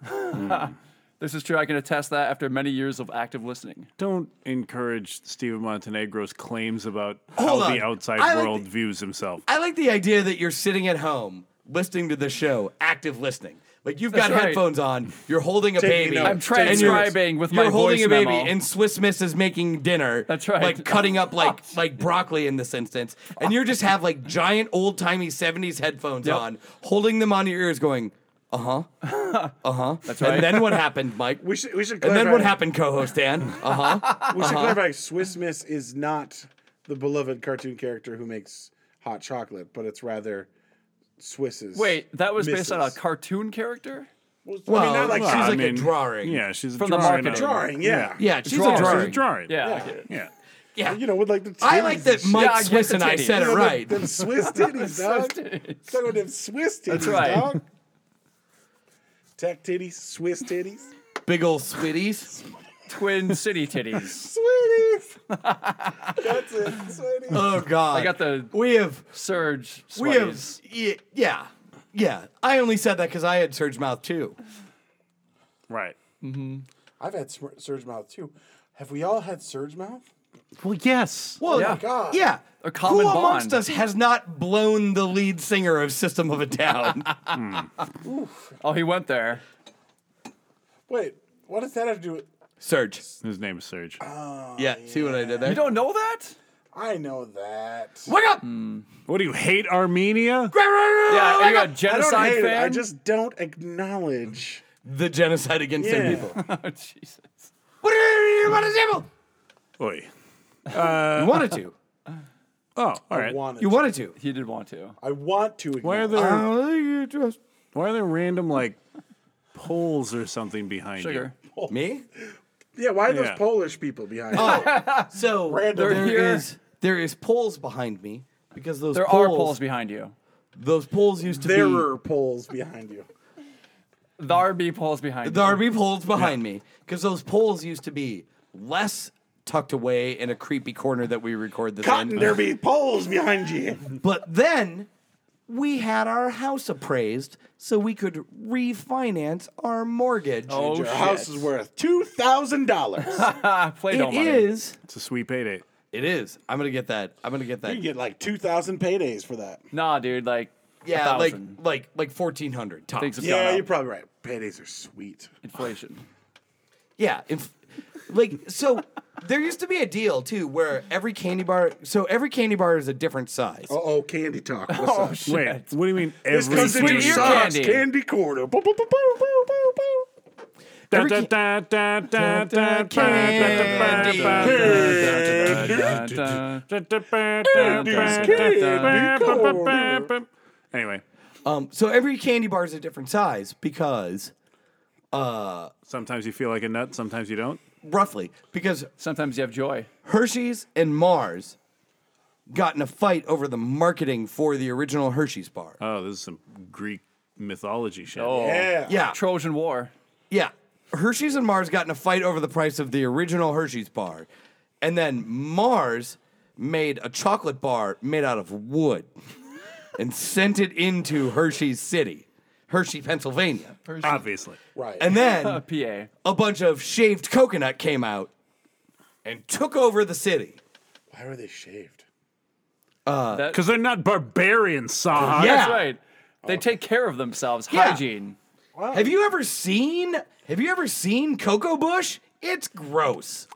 [SPEAKER 2] This is true. I can attest that after many years of active listening.
[SPEAKER 3] Don't encourage Steven Montenegro's claims about
[SPEAKER 4] Hold
[SPEAKER 3] how
[SPEAKER 4] on.
[SPEAKER 3] the outside
[SPEAKER 4] I like
[SPEAKER 3] world
[SPEAKER 4] the-
[SPEAKER 3] views himself.
[SPEAKER 4] I like the idea that you're sitting at home listening to the show, active listening. Like you've got
[SPEAKER 2] That's right.
[SPEAKER 4] headphones on, you're holding a
[SPEAKER 1] Taking
[SPEAKER 4] baby.
[SPEAKER 1] notes. I'm
[SPEAKER 4] and you're-
[SPEAKER 2] transcribing with my
[SPEAKER 4] You're holding
[SPEAKER 2] voice
[SPEAKER 4] a baby,
[SPEAKER 2] memo.
[SPEAKER 4] and Swiss Miss is making dinner.
[SPEAKER 2] That's right.
[SPEAKER 4] Like cutting up like like broccoli in this instance, and you just have like giant old timey '70s headphones
[SPEAKER 2] Yep.
[SPEAKER 4] on, holding them on your ears, going, uh huh, uh huh. That's
[SPEAKER 2] right.
[SPEAKER 4] And then what happened, Mike?
[SPEAKER 1] We should we should
[SPEAKER 4] and
[SPEAKER 1] clarify.
[SPEAKER 4] then what happened, co-host Dan? Uh huh.
[SPEAKER 1] We should clarify. Swiss Miss is not the beloved cartoon character who makes hot chocolate, but it's rather Swiss's.
[SPEAKER 2] Wait, that was based on a
[SPEAKER 1] missus.
[SPEAKER 2] cartoon character?
[SPEAKER 4] Well,
[SPEAKER 1] I mean, not like
[SPEAKER 4] well,
[SPEAKER 1] she's
[SPEAKER 4] I
[SPEAKER 3] uh,
[SPEAKER 1] like
[SPEAKER 4] mean- a drawing.
[SPEAKER 3] Yeah, she's a
[SPEAKER 2] From the
[SPEAKER 3] drawing
[SPEAKER 2] market
[SPEAKER 3] of-
[SPEAKER 1] drawing. Yeah.
[SPEAKER 4] yeah, she's
[SPEAKER 2] Drawing.
[SPEAKER 4] a
[SPEAKER 3] She's
[SPEAKER 4] drawing.
[SPEAKER 3] a drawing.
[SPEAKER 2] Yeah. I get it.
[SPEAKER 3] Yeah.
[SPEAKER 4] Yeah,
[SPEAKER 1] You know, with like the.
[SPEAKER 4] I like
[SPEAKER 1] titties
[SPEAKER 4] that
[SPEAKER 1] and
[SPEAKER 4] Mike
[SPEAKER 2] Yeah, I get
[SPEAKER 4] Swiss
[SPEAKER 2] the
[SPEAKER 4] and I
[SPEAKER 2] titties.
[SPEAKER 4] said
[SPEAKER 1] shit.
[SPEAKER 4] it
[SPEAKER 1] You know, them-
[SPEAKER 4] right.
[SPEAKER 1] Them Swiss titties, dog.
[SPEAKER 2] That's
[SPEAKER 1] Talking about them Swiss titties,
[SPEAKER 2] right.
[SPEAKER 1] dog. Tech titties, Swiss titties,
[SPEAKER 4] Big old sweeties.
[SPEAKER 2] Twin City titties.
[SPEAKER 1] sweeties. That's it, sweeties.
[SPEAKER 4] Oh God!
[SPEAKER 2] I got the
[SPEAKER 4] We have.
[SPEAKER 2] surge
[SPEAKER 4] We
[SPEAKER 2] sweaties.
[SPEAKER 4] have. ye- Yeah. Yeah. I only said that because I had surge mouth too.
[SPEAKER 3] Right.
[SPEAKER 1] I've had smir- surge mouth too. Have we all had surge mouth?
[SPEAKER 3] Well, yes.
[SPEAKER 4] Well,
[SPEAKER 2] Yeah.
[SPEAKER 1] Oh, God.
[SPEAKER 4] Yeah.
[SPEAKER 2] A common
[SPEAKER 4] Who amongst
[SPEAKER 2] bond.
[SPEAKER 4] us has not blown the lead singer of System of a Down?
[SPEAKER 2] Oh, he went there.
[SPEAKER 1] Wait, what does that have to do with?
[SPEAKER 4] Surge.
[SPEAKER 3] His name is Serge.
[SPEAKER 4] Yeah. See what I did
[SPEAKER 2] You
[SPEAKER 4] there?
[SPEAKER 2] don't know that?
[SPEAKER 1] I know that.
[SPEAKER 4] Wake up!
[SPEAKER 3] What do you hate Armenia?
[SPEAKER 4] Oh,
[SPEAKER 2] Yeah, are you a
[SPEAKER 1] I don't
[SPEAKER 2] genocide
[SPEAKER 1] hate it.
[SPEAKER 2] fan?
[SPEAKER 1] I just don't acknowledge.
[SPEAKER 4] The genocide against
[SPEAKER 1] Yeah.
[SPEAKER 4] their people.
[SPEAKER 2] oh, Jesus.
[SPEAKER 4] What do you want to sample?
[SPEAKER 3] Oi.
[SPEAKER 4] You wanted to.
[SPEAKER 3] Oh, all right.
[SPEAKER 1] I want
[SPEAKER 4] You
[SPEAKER 1] to.
[SPEAKER 4] wanted to.
[SPEAKER 2] He did want to.
[SPEAKER 1] I want to.
[SPEAKER 3] Why are
[SPEAKER 1] Acknowledge.
[SPEAKER 3] there
[SPEAKER 4] Oh, you just-
[SPEAKER 3] why are there random like poles or something behind
[SPEAKER 2] Sugar.
[SPEAKER 3] you?
[SPEAKER 4] Oh. Me?
[SPEAKER 1] yeah, why are
[SPEAKER 3] Yeah.
[SPEAKER 1] those Polish people behind? us?
[SPEAKER 4] Oh, so
[SPEAKER 1] Random.
[SPEAKER 4] there
[SPEAKER 2] They're here.
[SPEAKER 4] is- there is poles behind me because those
[SPEAKER 2] There
[SPEAKER 4] poles,
[SPEAKER 2] are poles behind you.
[SPEAKER 4] those poles used to
[SPEAKER 1] there
[SPEAKER 4] be
[SPEAKER 1] are Poles behind you.
[SPEAKER 2] There are be poles behind
[SPEAKER 4] there
[SPEAKER 2] you.
[SPEAKER 4] are poles behind me because those poles used to be less tucked away in a creepy corner that we record this
[SPEAKER 1] Cotton,
[SPEAKER 3] uh,
[SPEAKER 4] in.
[SPEAKER 1] there be Poles behind you.
[SPEAKER 4] But then we had our house appraised so we could refinance our mortgage.
[SPEAKER 2] Oh,
[SPEAKER 1] Your
[SPEAKER 2] shit.
[SPEAKER 1] house is worth two thousand dollars.
[SPEAKER 2] I played
[SPEAKER 4] it
[SPEAKER 2] on money.
[SPEAKER 4] is.
[SPEAKER 3] It's a sweet payday.
[SPEAKER 4] It is. I'm gonna get that. I'm gonna get that.
[SPEAKER 1] You get like two thousand paydays for that.
[SPEAKER 2] Nah, dude, like
[SPEAKER 4] Yeah, like
[SPEAKER 2] thousand.
[SPEAKER 4] like like fourteen hundred tops.
[SPEAKER 2] Things have
[SPEAKER 1] Yeah,
[SPEAKER 2] gone
[SPEAKER 1] you're
[SPEAKER 2] up.
[SPEAKER 1] probably right. Paydays are sweet.
[SPEAKER 2] Inflation.
[SPEAKER 4] Yeah, inf- like so. There used to be a deal too, where every candy bar, so every candy bar is a different size.
[SPEAKER 1] Uh oh, candy talk. What's up?
[SPEAKER 3] Wait, what do you mean
[SPEAKER 1] This
[SPEAKER 3] every
[SPEAKER 1] comes in your
[SPEAKER 2] Sweet ear
[SPEAKER 1] socks.
[SPEAKER 2] candy.
[SPEAKER 1] Candy Oh. corner. Boop, boop, boop, boop, boop, boop, boop.
[SPEAKER 3] Da,
[SPEAKER 4] every
[SPEAKER 3] da,
[SPEAKER 4] ca-
[SPEAKER 3] da, da, da, da, ba,
[SPEAKER 4] Candy.
[SPEAKER 3] ba, ba, ba.
[SPEAKER 2] Dun, dun.
[SPEAKER 3] Anyway,
[SPEAKER 4] Um, so every candy bar is a different size because
[SPEAKER 3] sometimes you feel like a nut, sometimes you don't.
[SPEAKER 4] roughly because
[SPEAKER 2] Sometimes you have joy.
[SPEAKER 4] Hershey's and Mars got in a fight over the marketing for the original Hershey's bar.
[SPEAKER 3] Oh, this is some Greek mythology shit.
[SPEAKER 2] Oh,
[SPEAKER 1] Yeah.
[SPEAKER 4] yeah,
[SPEAKER 2] Trojan War.
[SPEAKER 4] yeah. Hershey's and Mars got in a fight over the price of the original Hershey's bar, and then Mars made a chocolate bar made out of wood and sent it into Hershey's City, Hershey, Pennsylvania,
[SPEAKER 3] Obviously.
[SPEAKER 1] Right.
[SPEAKER 4] and then.
[SPEAKER 2] A PA.
[SPEAKER 4] a bunch of shaved coconut came out and took over the city.
[SPEAKER 1] Why were they shaved?
[SPEAKER 3] Because they're not barbarians, Saha.
[SPEAKER 4] Yeah.
[SPEAKER 2] That's right. They take care of themselves.
[SPEAKER 4] Yeah.
[SPEAKER 2] Hygiene.
[SPEAKER 4] Have you ever seen? Have you ever seen Cocoa Bush? It's gross.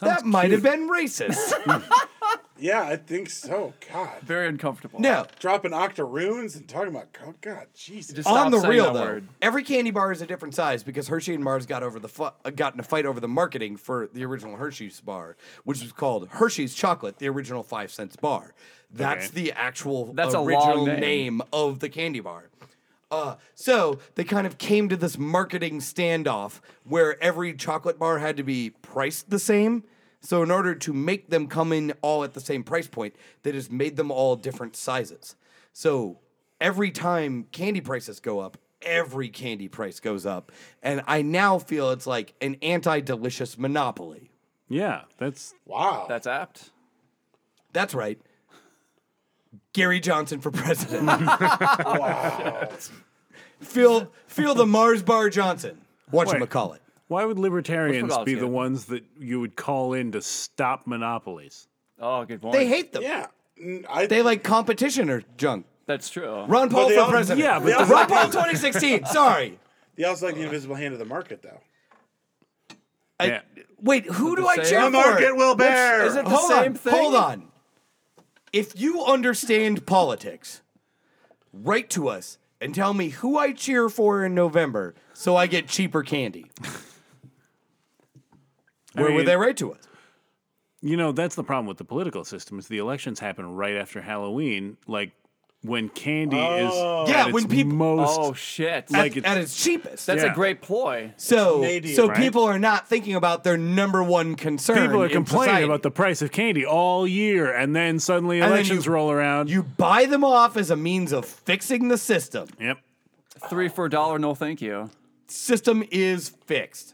[SPEAKER 4] that might have been racist.
[SPEAKER 1] Yeah, I think so. God.
[SPEAKER 2] Very uncomfortable.
[SPEAKER 4] no,
[SPEAKER 1] Dropping octaroons and talking about oh, God, Jesus.
[SPEAKER 2] Just
[SPEAKER 4] on
[SPEAKER 2] stop
[SPEAKER 4] the
[SPEAKER 2] saying
[SPEAKER 4] real
[SPEAKER 2] that
[SPEAKER 4] though,
[SPEAKER 2] word.
[SPEAKER 4] every candy bar is a different size because Hershey and Mars got over the fu- uh, got in a fight over the marketing for the original Hershey's bar, which was called Hershey's Chocolate, the original five cents bar. That's
[SPEAKER 3] Okay.
[SPEAKER 4] the actual
[SPEAKER 2] That's a long
[SPEAKER 4] original
[SPEAKER 2] name.
[SPEAKER 4] name of the candy bar. Uh, so they kind of came to this marketing standoff where every chocolate bar had to be priced the same. So in order to make them come in all at the same price point, they just made them all different sizes. So every time candy prices go up, every candy price goes up, and I now feel it's like an anti-delicious monopoly.
[SPEAKER 3] Yeah, that's
[SPEAKER 1] Wow.
[SPEAKER 2] That's apt.
[SPEAKER 4] That's right. Gary Johnson for president. Feel feel the Mars Bar Johnson. Watch him
[SPEAKER 3] Wait.
[SPEAKER 4] call it.
[SPEAKER 3] why would libertarians
[SPEAKER 2] What's with
[SPEAKER 3] be
[SPEAKER 2] all
[SPEAKER 3] the
[SPEAKER 2] this?
[SPEAKER 3] ones that you would call in to stop monopolies?
[SPEAKER 2] Oh, good point.
[SPEAKER 4] They hate them.
[SPEAKER 1] yeah. Mm, I,
[SPEAKER 4] They like competition or junk.
[SPEAKER 2] That's true.
[SPEAKER 4] Ron Paul
[SPEAKER 1] they
[SPEAKER 4] for
[SPEAKER 1] all-
[SPEAKER 4] president.
[SPEAKER 3] yeah, but
[SPEAKER 1] they also,
[SPEAKER 4] Ron
[SPEAKER 1] like,
[SPEAKER 4] Paul 2016. Sorry.
[SPEAKER 1] they also like the invisible hand of the market, though.
[SPEAKER 4] I-
[SPEAKER 3] Yeah.
[SPEAKER 4] Wait, who do I
[SPEAKER 2] same?
[SPEAKER 4] cheer
[SPEAKER 1] The
[SPEAKER 4] for?
[SPEAKER 1] market will bear.
[SPEAKER 2] Is it the
[SPEAKER 4] hold
[SPEAKER 2] same
[SPEAKER 4] on,
[SPEAKER 2] thing?
[SPEAKER 4] hold on. If you understand politics, write to us and tell me who I cheer for in November, so I get cheaper candy. Where
[SPEAKER 3] mean-
[SPEAKER 4] would they write to us?
[SPEAKER 3] You know, that's the problem with the political system is the elections happen right after Halloween, like when candy is
[SPEAKER 4] Yeah,
[SPEAKER 3] at
[SPEAKER 4] when
[SPEAKER 3] its
[SPEAKER 4] people-
[SPEAKER 3] most
[SPEAKER 2] Oh shit.
[SPEAKER 3] Like
[SPEAKER 4] at,
[SPEAKER 3] it's-
[SPEAKER 4] at its cheapest.
[SPEAKER 2] That's
[SPEAKER 3] yeah.
[SPEAKER 2] a great ploy.
[SPEAKER 4] so
[SPEAKER 1] Canadian,
[SPEAKER 4] so
[SPEAKER 1] right?
[SPEAKER 4] people are not thinking about their number one concern.
[SPEAKER 3] people are
[SPEAKER 4] in
[SPEAKER 3] complaining
[SPEAKER 4] society.
[SPEAKER 3] about the price of candy all year, and then suddenly
[SPEAKER 4] then
[SPEAKER 3] elections
[SPEAKER 4] you-
[SPEAKER 3] roll around.
[SPEAKER 4] You buy them off as a means of fixing the system.
[SPEAKER 3] yep.
[SPEAKER 2] Three for a dollar, no thank you.
[SPEAKER 4] System is fixed.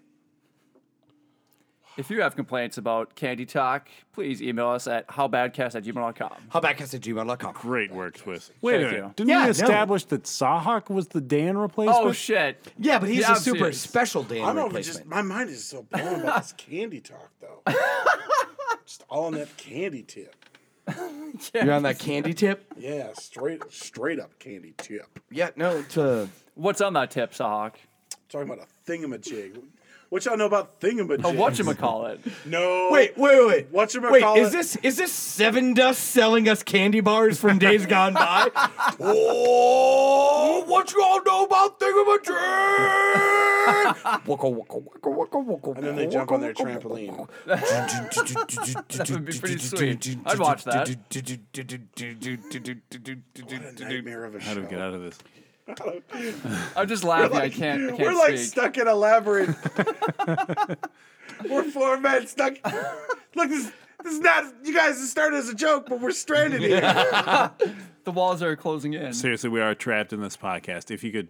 [SPEAKER 2] If you have complaints about Candy Talk, please email us at howbadcast at gmail.com.
[SPEAKER 4] Howbadcast at gmail.com.
[SPEAKER 3] Great work, Swiss. Wait
[SPEAKER 2] Thank
[SPEAKER 3] a minute.
[SPEAKER 2] you.
[SPEAKER 3] Didn't
[SPEAKER 4] Yeah,
[SPEAKER 3] we
[SPEAKER 4] no.
[SPEAKER 3] establish that Sahak was the Dan replacement?
[SPEAKER 2] Oh shit.
[SPEAKER 4] Yeah, but he's
[SPEAKER 2] Yeah,
[SPEAKER 4] a
[SPEAKER 2] I'm
[SPEAKER 4] super
[SPEAKER 2] serious.
[SPEAKER 4] special Dan
[SPEAKER 1] I don't know.
[SPEAKER 4] replacement.
[SPEAKER 1] Just my mind is so blown about this candy talk, though. just all on that candy tip.
[SPEAKER 4] You're on that candy tip?
[SPEAKER 1] Yeah, straight, straight up candy tip.
[SPEAKER 4] Yeah, no, it's uh,
[SPEAKER 2] What's on that tip, Sahak?
[SPEAKER 1] Talking about a thingamajig. What y'all know about thingamajig?
[SPEAKER 2] A whatchamacallit.
[SPEAKER 1] No.
[SPEAKER 4] Wait, wait, wait.
[SPEAKER 1] What's your
[SPEAKER 4] Wait,
[SPEAKER 1] McCall-
[SPEAKER 4] is this is this Seven Dust selling us candy bars from days gone by? oh, what y'all know about Thingamajig? Waka, waka, waka, waka, waka,
[SPEAKER 1] And then they jump on their trampoline.
[SPEAKER 4] that
[SPEAKER 2] would be pretty sweet. I'd watch that.
[SPEAKER 1] What a nightmare of a
[SPEAKER 3] How
[SPEAKER 1] show.
[SPEAKER 3] do we get out of this?
[SPEAKER 2] I'm just laughing. I can't. I can't
[SPEAKER 1] We're like
[SPEAKER 2] speak.
[SPEAKER 1] stuck in a labyrinth. we're four men stuck. Look, this, this is not. You guys it started as a joke, but we're stranded here.
[SPEAKER 2] the walls are closing in.
[SPEAKER 3] Seriously, we are trapped in this podcast. If you could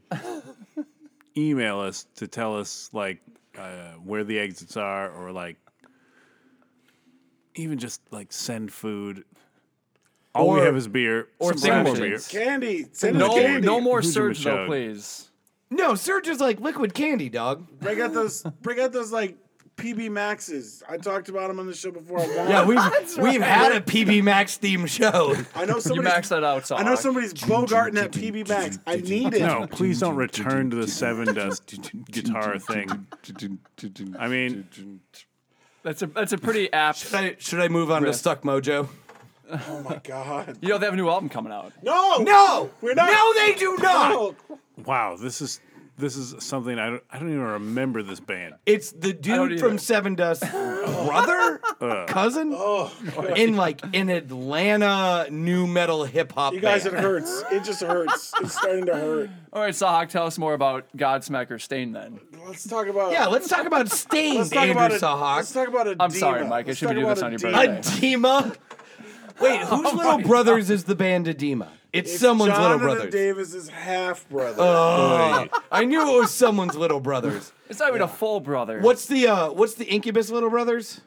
[SPEAKER 3] email us to tell us like uh, where the exits are, or like even just like send food. All we
[SPEAKER 4] Or-
[SPEAKER 3] have is beer.
[SPEAKER 4] or
[SPEAKER 3] Some more beer.
[SPEAKER 2] rations.
[SPEAKER 1] Candy. Send us
[SPEAKER 2] No,
[SPEAKER 1] candy.
[SPEAKER 2] no more
[SPEAKER 3] Who's
[SPEAKER 2] surge though,
[SPEAKER 3] Michonne?
[SPEAKER 2] please.
[SPEAKER 4] No, Surge is like liquid candy, dog.
[SPEAKER 1] Bring out those. Bring out those like PB Maxes. I talked about them on the show before. I won't.
[SPEAKER 4] Yeah, we've we've had a PB Max themed show.
[SPEAKER 1] I know
[SPEAKER 2] You
[SPEAKER 1] somebody.
[SPEAKER 2] max that out,
[SPEAKER 1] I know somebody's bogarting at PB Max. I need it.
[SPEAKER 3] No, please don't return to the seven dust guitar thing. I mean,
[SPEAKER 2] That's a that's a pretty apt.
[SPEAKER 4] Should I, should I move on to Stuck Mojo?
[SPEAKER 1] Oh my god.
[SPEAKER 2] You know they have a new album coming out.
[SPEAKER 1] No.
[SPEAKER 4] No,
[SPEAKER 1] We're not-
[SPEAKER 4] No, they do not.
[SPEAKER 1] No.
[SPEAKER 3] wow, this is this is something I don't I don't even remember this band.
[SPEAKER 4] It's the
[SPEAKER 2] don't
[SPEAKER 4] dude
[SPEAKER 2] either.
[SPEAKER 4] from Seven Dust, brother,
[SPEAKER 1] Uh.
[SPEAKER 4] cousin,
[SPEAKER 1] Oh.
[SPEAKER 4] in like an Atlanta new metal hip hop.
[SPEAKER 1] You guys, it hurts. It just hurts. It's starting to hurt.
[SPEAKER 2] All right, Sahak, tell us more about Godsmack or Stain then.
[SPEAKER 1] Let's talk about.
[SPEAKER 4] yeah, let's talk about Stain,
[SPEAKER 1] Let's talk
[SPEAKER 4] Andrew
[SPEAKER 1] about a, Let's
[SPEAKER 4] Sahak.
[SPEAKER 1] talk about a.
[SPEAKER 2] I'm sorry, Mike, I
[SPEAKER 1] Let's
[SPEAKER 2] shouldn't
[SPEAKER 1] talk
[SPEAKER 2] do this
[SPEAKER 1] about
[SPEAKER 2] on your
[SPEAKER 1] Adema.
[SPEAKER 2] birthday.
[SPEAKER 4] Adema. Wait, whose little brothers is the band Adema? It's,
[SPEAKER 1] It's
[SPEAKER 4] someone's
[SPEAKER 1] Jonathan
[SPEAKER 4] little brothers.
[SPEAKER 1] Davis's half brother.
[SPEAKER 4] Uh, I knew it was someone's little brothers.
[SPEAKER 2] It's not even a full brother.
[SPEAKER 4] What's the uh, what's the Incubus little brothers?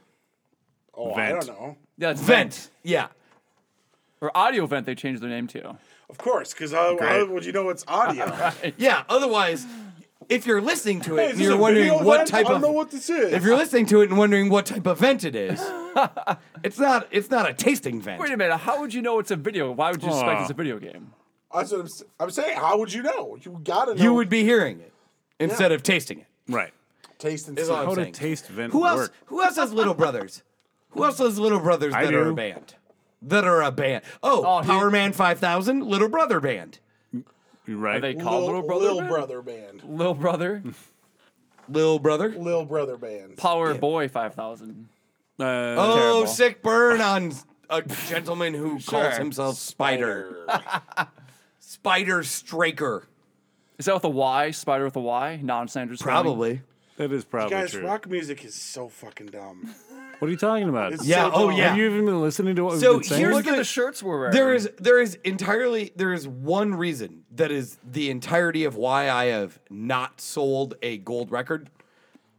[SPEAKER 1] oh, I
[SPEAKER 3] Vent.
[SPEAKER 1] don't know.
[SPEAKER 2] Yeah, it's
[SPEAKER 4] Vent. Yeah.
[SPEAKER 2] or Audio Vent. They changed their name to.
[SPEAKER 1] Of course, because how
[SPEAKER 3] Great.
[SPEAKER 1] would you know it's audio?
[SPEAKER 4] Yeah. Otherwise, if you're listening to
[SPEAKER 1] Hey,
[SPEAKER 4] it
[SPEAKER 1] is
[SPEAKER 4] and
[SPEAKER 1] this a
[SPEAKER 4] you're wondering
[SPEAKER 1] video
[SPEAKER 4] what
[SPEAKER 1] vent?
[SPEAKER 4] type
[SPEAKER 1] I don't
[SPEAKER 4] of
[SPEAKER 1] know what this is.
[SPEAKER 4] if you're listening to it and wondering what type of vent it is, it's not it's not a tasting vent.
[SPEAKER 2] Wait a minute. How would you know it's a video? Why would you suspect
[SPEAKER 3] Aw.
[SPEAKER 2] it's a video game?
[SPEAKER 5] That's what I'm, s- I'm saying. How would you know? You gotta know.
[SPEAKER 4] You would be hearing it instead of tasting it.
[SPEAKER 3] Right.
[SPEAKER 5] taste and
[SPEAKER 4] Is
[SPEAKER 5] see.
[SPEAKER 4] all I'm
[SPEAKER 3] How
[SPEAKER 4] saying.
[SPEAKER 3] did taste vent
[SPEAKER 4] Who else?
[SPEAKER 3] work?
[SPEAKER 4] Who else has little brothers? Who else has little brothers
[SPEAKER 3] I
[SPEAKER 4] that are
[SPEAKER 3] do.
[SPEAKER 4] a band? That are a band. Oh,
[SPEAKER 2] Oh, he-
[SPEAKER 4] Power Man Five Thousand, Little Brother Band,
[SPEAKER 3] You right?
[SPEAKER 2] Are they called
[SPEAKER 5] Lil,
[SPEAKER 2] Little, Brother?
[SPEAKER 5] Lil
[SPEAKER 2] Band?
[SPEAKER 5] brother band.
[SPEAKER 2] Little Brother.
[SPEAKER 4] Lil Brother.
[SPEAKER 5] Lil brother band.
[SPEAKER 2] Power Boy Five Thousand.
[SPEAKER 3] uh,
[SPEAKER 4] Oh,
[SPEAKER 2] Terrible.
[SPEAKER 4] sick burn on a gentleman who
[SPEAKER 2] Sure.
[SPEAKER 4] calls himself Spider. Spider Straker.
[SPEAKER 2] Is that with a Y? Spider with a Y? Non-standard. spelling?
[SPEAKER 4] Probably.
[SPEAKER 3] that is probably
[SPEAKER 1] Guys,
[SPEAKER 3] true.
[SPEAKER 1] rock music is so fucking dumb.
[SPEAKER 3] What are you talking about?
[SPEAKER 1] It's
[SPEAKER 4] Yeah.
[SPEAKER 1] so
[SPEAKER 4] oh,
[SPEAKER 1] dumb.
[SPEAKER 4] yeah.
[SPEAKER 3] Have you even been listening to what
[SPEAKER 4] So
[SPEAKER 3] we've been saying?
[SPEAKER 4] here's
[SPEAKER 2] Look at
[SPEAKER 4] the-
[SPEAKER 2] the shirts we're wearing.
[SPEAKER 4] There is there is entirely there is one reason that is the entirety of why I have not sold a gold record.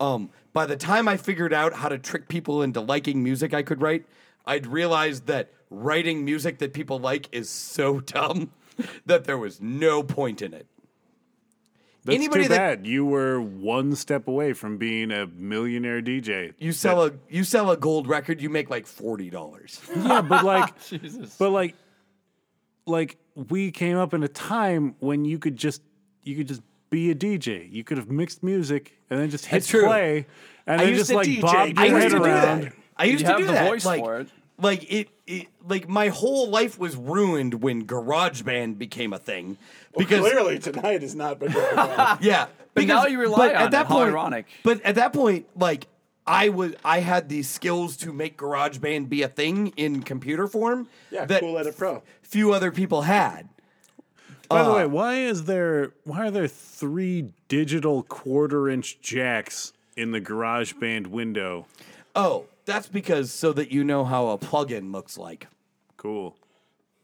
[SPEAKER 4] Um, by the time I figured out how to trick people into liking music I could write, I'd realized that writing music that people like is so dumb that there was no point in it.
[SPEAKER 3] That's
[SPEAKER 4] anybody
[SPEAKER 3] too
[SPEAKER 4] that-
[SPEAKER 3] bad. You were one step away from being a millionaire DJ.
[SPEAKER 4] You sell a you sell a gold record, you make like forty dollars.
[SPEAKER 3] yeah, but like,
[SPEAKER 2] Jesus.
[SPEAKER 3] but like, like we came up in a time when you could just you could just be a DJ. You could have mixed music and then just hit
[SPEAKER 4] That's true.
[SPEAKER 3] play, and then
[SPEAKER 1] used
[SPEAKER 3] just
[SPEAKER 1] to
[SPEAKER 3] like
[SPEAKER 1] DJ.
[SPEAKER 3] bob
[SPEAKER 1] I
[SPEAKER 3] your
[SPEAKER 1] used
[SPEAKER 3] head
[SPEAKER 1] to do
[SPEAKER 3] around.
[SPEAKER 1] that.
[SPEAKER 4] I used
[SPEAKER 2] You
[SPEAKER 4] to
[SPEAKER 2] have
[SPEAKER 4] do
[SPEAKER 2] the
[SPEAKER 4] that.
[SPEAKER 2] voice
[SPEAKER 4] like,
[SPEAKER 2] for it.
[SPEAKER 4] like it, it, like my whole life was ruined when GarageBand became a thing because
[SPEAKER 1] Clearly, tonight is not. Been going well.
[SPEAKER 4] yeah, because,
[SPEAKER 2] now you rely on it. How ironic.
[SPEAKER 4] But at that point, like I was, I had the skills to make GarageBand be a thing in computer form.
[SPEAKER 1] Yeah,
[SPEAKER 4] that
[SPEAKER 1] Cool Edit Pro.
[SPEAKER 4] few other people had.
[SPEAKER 3] By
[SPEAKER 4] Uh.
[SPEAKER 3] the way, why is there why are there three digital quarter inch jacks in the Garage Band window?
[SPEAKER 4] Oh, that's because so that you know how a plugin looks like.
[SPEAKER 3] Cool.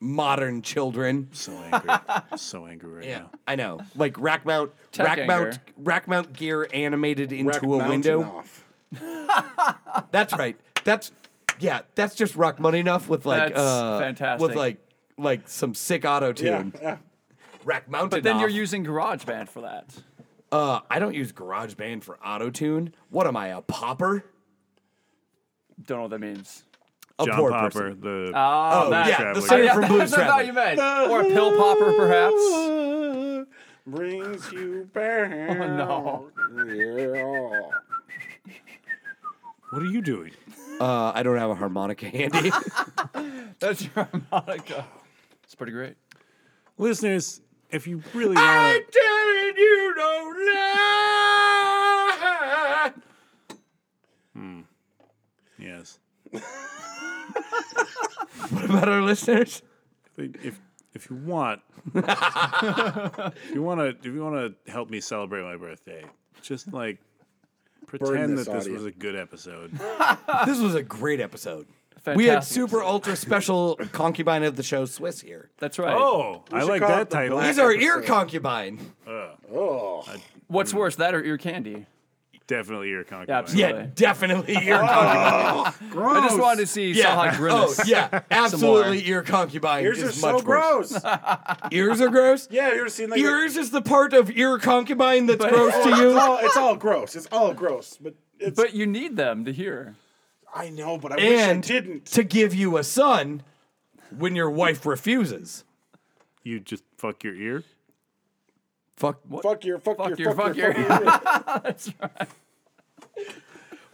[SPEAKER 4] Modern children.
[SPEAKER 3] So angry. so angry right
[SPEAKER 4] Yeah,
[SPEAKER 3] now.
[SPEAKER 4] I know. Like rack mount,
[SPEAKER 2] Tech
[SPEAKER 4] rack mount,
[SPEAKER 2] anger.
[SPEAKER 4] rack mount gear animated into
[SPEAKER 1] Rack
[SPEAKER 4] a
[SPEAKER 1] Mountain
[SPEAKER 4] window.
[SPEAKER 1] Off.
[SPEAKER 4] That's right. That's yeah. That's just rock money enough with like
[SPEAKER 2] That's
[SPEAKER 4] uh,
[SPEAKER 2] fantastic.
[SPEAKER 4] with like like some sick auto
[SPEAKER 1] Yeah,
[SPEAKER 4] tune.
[SPEAKER 1] yeah.
[SPEAKER 4] Rack mounted.
[SPEAKER 2] But then you're
[SPEAKER 4] off.
[SPEAKER 2] using GarageBand for that.
[SPEAKER 4] Uh, I don't use GarageBand for auto tune. What am I a popper?
[SPEAKER 2] Don't know what that means.
[SPEAKER 4] A
[SPEAKER 3] John
[SPEAKER 4] poor
[SPEAKER 3] Popper,
[SPEAKER 4] person.
[SPEAKER 3] the
[SPEAKER 2] Oh, that.
[SPEAKER 4] yeah, the
[SPEAKER 3] Traveler.
[SPEAKER 4] singer
[SPEAKER 2] Yeah,
[SPEAKER 4] from Blues
[SPEAKER 2] that's what I thought
[SPEAKER 4] Traveler.
[SPEAKER 2] you meant. Or a pill popper, perhaps.
[SPEAKER 1] Brings you back.
[SPEAKER 2] No.
[SPEAKER 1] Yeah.
[SPEAKER 3] what are you doing?
[SPEAKER 4] Uh, I don't have a harmonica handy.
[SPEAKER 2] That's your harmonica. It's pretty great.
[SPEAKER 3] Listeners, if you really want to
[SPEAKER 4] telling you no lie.
[SPEAKER 3] Yes.
[SPEAKER 4] What about our listeners?
[SPEAKER 3] If if you want if you wanna if you wanna help me celebrate my birthday, just like pretend
[SPEAKER 1] this
[SPEAKER 3] that this
[SPEAKER 1] audio.
[SPEAKER 3] was a good episode.
[SPEAKER 4] This was a great episode. We had
[SPEAKER 2] Fantastic.
[SPEAKER 4] super ultra special concubine of the show Swiss here.
[SPEAKER 2] That's right.
[SPEAKER 3] Oh, I
[SPEAKER 1] should
[SPEAKER 3] like
[SPEAKER 1] call it
[SPEAKER 3] that
[SPEAKER 1] the
[SPEAKER 3] title.
[SPEAKER 1] Black-
[SPEAKER 4] He's our ear
[SPEAKER 1] episode.
[SPEAKER 4] concubine.
[SPEAKER 1] Oh,
[SPEAKER 2] What's worse, that or ear candy?
[SPEAKER 3] Definitely your concubine.
[SPEAKER 2] absolutely.
[SPEAKER 4] Yeah, definitely ear concubine.
[SPEAKER 1] gross.
[SPEAKER 2] I just wanted to see
[SPEAKER 4] Yeah.
[SPEAKER 2] Sahak grimace.
[SPEAKER 4] Oh, yeah, absolutely ear concubine.
[SPEAKER 1] Ears
[SPEAKER 4] is
[SPEAKER 1] are so
[SPEAKER 4] much worse.
[SPEAKER 1] gross.
[SPEAKER 4] Ears are gross?
[SPEAKER 1] yeah, you ever seen like a-
[SPEAKER 4] Ears is the part of ear concubine that's gross to
[SPEAKER 1] It's
[SPEAKER 4] you?
[SPEAKER 1] all, it's all gross. It's all gross. But
[SPEAKER 5] It's,
[SPEAKER 2] But you need them to hear.
[SPEAKER 5] I know, but I wish I
[SPEAKER 4] and
[SPEAKER 5] didn't.
[SPEAKER 4] to give you a son when your wife refuses.
[SPEAKER 3] You just fuck your ear.
[SPEAKER 4] Fuck what?
[SPEAKER 5] Fuck your, fuck, your, fuck your, fuck your.